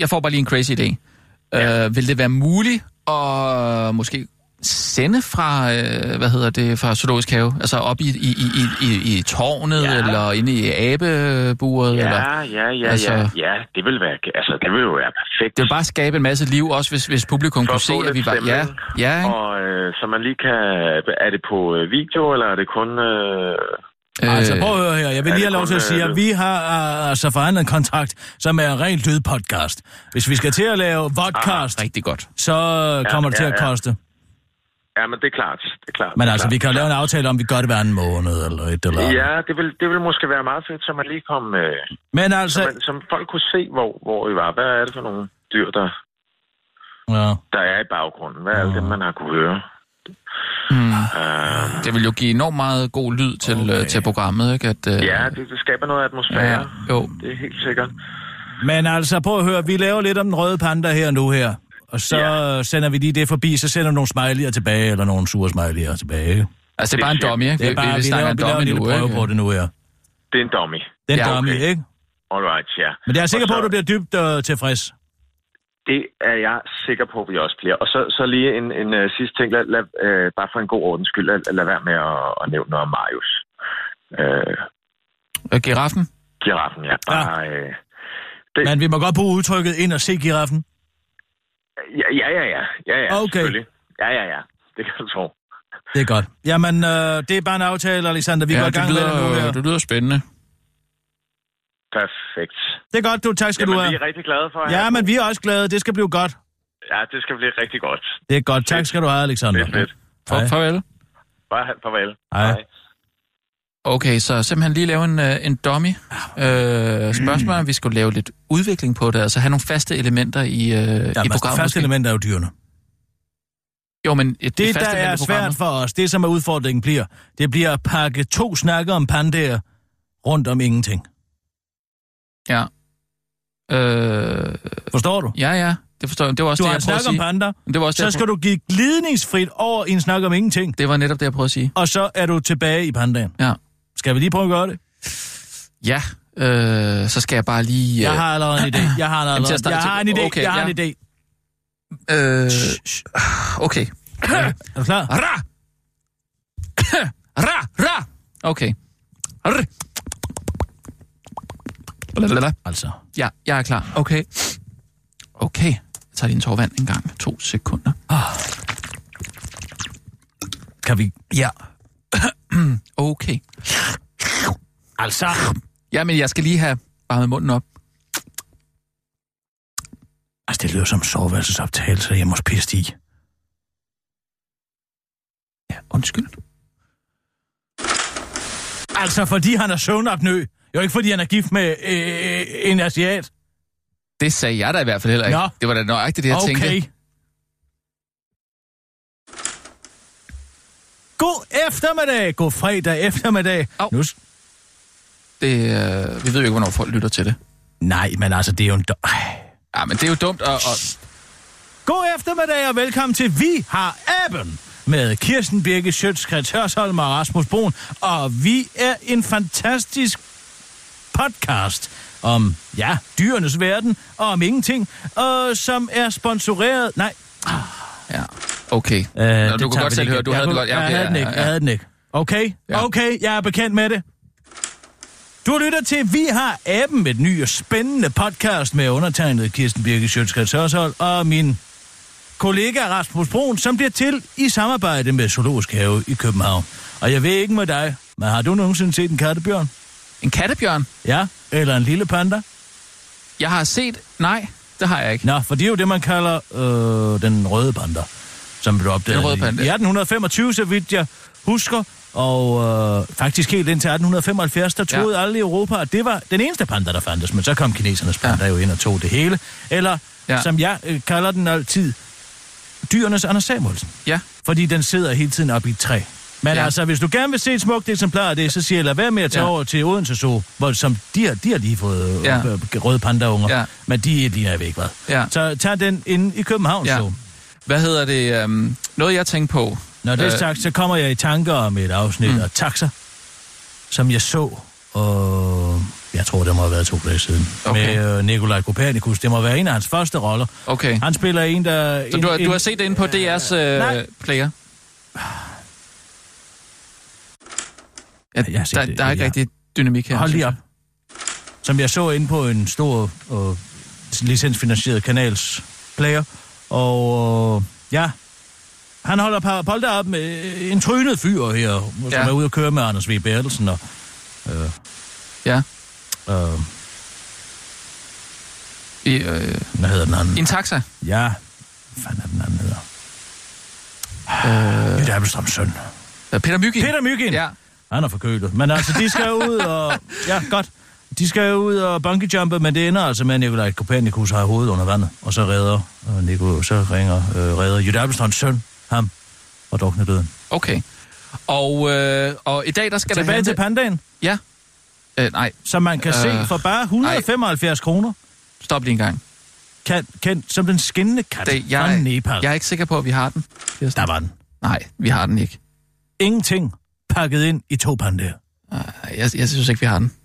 jeg får bare lige en crazy idé. Ja. Øh, vil det være muligt at måske sende fra, øh, hvad hedder det, fra Zoologisk Have? Altså op i, i, i, i, i, i tårnet, ja. Ja. eller inde i abeburet? eller? Ja, ja, ja, Altså- ja, ja, det vil være, altså det vil jo være perfekt. Det vil bare skabe en masse liv, også hvis, hvis publikum For kunne at se, få at lidt vi var... Ja, stemning. ja, ikke? Og øh, så man lige kan... Er det på øh, video, eller er det kun... Øh, Altså prøv at høre her, jeg vil er lige det have lov til at kun, sige, øh, at vi har øh, altså forhandlet en kontrakt, som er en ren lydpodcast. Hvis vi skal til at lave vodcast, Rigtig godt. så øh, kommer det til Ah. ja, at ja. koste. ja, men det er klart. Det er klart Men det er altså, klart. vi kan jo lave en aftale om, at vi gør det hver anden måned eller et eller andet. Ja, det vil, det vil måske være meget fedt, så man lige kom... Øh, Men altså... så... Man, som folk kunne se, hvor, hvor I var. Hvad er det for nogle dyr, der, Ja. der er i baggrunden? Hvad er alt det, man har kunne høre? Mm. Uh, det vil jo give enormt meget god lyd til, okay. til programmet, ikke? At, uh, ja, det, det skaber noget atmosfære. Ja, jo. Det er helt sikkert. Men altså, prøv at høre, vi laver lidt om den røde panda her nu her. Og så ja. sender vi lige det forbi, så sender nogle smiley'er tilbage, eller nogle sure smiley'er tilbage. Altså, det er bare en dummy, ikke? Det er bare, vi, vi, vi laver, en vi laver en lille prøve på det nu her. Det er en dummy. Det er en ja, dummy, okay. ikke? Alright, ja. Men jeg er sikker så... på, at du bliver dybt øh, tilfreds. Det er jeg sikker på, at vi også bliver. Og så, så lige en, en uh, sidste ting. Lad, lad, uh, bare for en god ordens skyld, lad, lad være med at, at nævne noget om Marius. Uh, øh, giraffen? Giraffen, ja. Ah. Bare, ja. Uh, det... Men vi må godt bruge udtrykket ind og se giraffen. Ja, ja, ja. ja, ja, ja okay. Ja, ja, ja. Det kan du tro. Det er godt. Jamen, øh, det er bare en aftale, Alexander. Vi ja, går i gang lyder, med det nu her. det lyder spændende. Perfekt. Det er godt, du. Tak skal Jamen, du have. vi er rigtig glade for Ja, men vi er også glade. Det skal blive godt. Ja, det skal blive rigtig godt. Det er godt. Tak skal du have, Alexander. Det er fedt. For, farvel. Bare farvel. Hej. Hej. Okay, så simpelthen lige lave en, en dummy. Ah. Øh, spørgsmål om vi skulle lave lidt udvikling på det, altså have nogle faste elementer i, øh, ja, i programmet. Ja, altså, faste måske. elementer er jo dyrene. Jo, men det, det der er svært for os, det som er udfordringen bliver, det bliver at pakke to snakker om pandaer rundt om ingenting. Ja. Øh, forstår du? Ja, ja. Det forstår jeg. Det var også du det, har jeg en snak at sige. om panda, det var også så det, skal du give glidningsfrit over i en snak om ingenting. Det var netop det, jeg prøvede at sige. Og så er du tilbage i pandaen. Ja. Skal vi lige prøve at gøre det? Ja, øh, så skal jeg bare lige... Øh... Jeg har allerede en idé. Jeg har allerede en idé. Jeg har en idé. Okay, jeg har ja. en idé. Øh, okay. Er du klar? Ra! Ra! Ra! Okay. Ra! Blablabla. Altså. Ja, jeg er klar. Okay. Okay. Jeg tager lige en tår vand en gang. To sekunder. Ah. Kan vi... Ja. okay. Altså. Jamen, jeg skal lige have varmet munden op. Altså, det lyder som soveværelsesoptagelse hjemme hos PST. Ja, undskyld. Altså, fordi han er søvnapnø. Jo ikke fordi han er gift med øh, en asiat. Det sagde jeg da i hvert fald heller ikke. Nå. Det var da nøjagtigt det, jeg okay. tænkte. God eftermiddag, god fredag eftermiddag. Au. Nu... Det, øh, vi ved jo ikke, hvornår folk lytter til det. Nej, men altså, det er jo en... Do- ja, men det er jo dumt at... Og... God eftermiddag og velkommen til Vi har appen med Kirsten Birke Sjøtskrets Hørsholm og Rasmus Brun. Og vi er en fantastisk podcast om, ja, dyrenes verden og om ingenting, og som er sponsoreret... Nej. Ja, okay. Øh, Nå, du kunne godt selv høre, du havde det godt. Ja, okay, jeg havde den ikke, jeg havde den ikke. Okay, ja. okay, jeg er bekendt med det. Du lytter til Vi har appen med et ny og spændende podcast med undertegnet Kirsten Birke Sjøtskrets Hørsholm og min kollega Rasmus Brun, som bliver til i samarbejde med Zoologisk Have i København. Og jeg ved ikke med dig, men har du nogensinde set en kattebjørn? En kattebjørn? Ja, eller en lille panda? Jeg har set... Nej, det har jeg ikke. Nå, for det er jo det, man kalder øh, den røde panda, som blev opdaget den røde panda. i 1825, så vidt jeg husker. Og øh, faktisk helt indtil 1875, der troede ja. alle i Europa, at det var den eneste panda, der fandtes. Men så kom kinesernes panda ja. jo ind og tog det hele. Eller, ja. som jeg øh, kalder den altid, dyrenes Anders Samuelsen. Ja. Fordi den sidder hele tiden op i et træ. Men ja. altså, hvis du gerne vil se et smukt eksemplar af det, så siger jeg, lad være med at tage ja. over til Odense Zoo, hvor som de, har, de har lige fået ja. røde pandaunger, ja. men de ligner jeg ved ikke hvad. Ja. Så tag den ind i København ja. Zoo. Hvad hedder det? Um, noget, jeg tænkte på. Når det er øh... sagt, så kommer jeg i tanker om et afsnit mm. af Taxa, som jeg så, og jeg tror, det må have været to dage siden, okay. med øh, Nikolaj Kopernikus. Det må være en af hans første roller. Okay. Han spiller en, der... Så en, du, har, en, du har set det inde på DR's øh, nej. player? Ja, jeg der, det, der er ikke ja. rigtig dynamik her. Hold lige op. Som jeg så inde på en stor øh, licensfinansieret kanals player. Og øh, ja, han holder par polter op med øh, en trynet fyr her, som ja. er ude at køre med Anders V. Bertelsen. Og, øh, ja. Øh, I, øh, hvad hedder den anden? En taxa? Ja. Hvad fanden er den anden hedder? Øh, Jytte Appelstrams søn. Peter Myggen. Peter Myggen. Ja. Han er forkølet. Men altså, de skal ud og... Ja, godt. De skal ud og bungeejumpe, men det ender altså med, at Nikolaj Kopernikus har øh, hovedet under vandet. Og så redder, og Nico, så ringer, øh, redder Jytte Appelstrands søn ham og drukner døden. Okay. Og, øh, og i dag, der skal Tilbage der handle... til pandaen. Ja. Øh, nej. Som man kan øh, se for bare 175 kroner. Stop lige en gang. Kan, kan, som den skinnende kat Det, fra jeg, Nepal. jeg er ikke sikker på, at vi har den. Der var den. Nej, vi har den ikke. Ingenting pakket ind i to pandaer. Nej, jeg, jeg synes ikke, vi har den.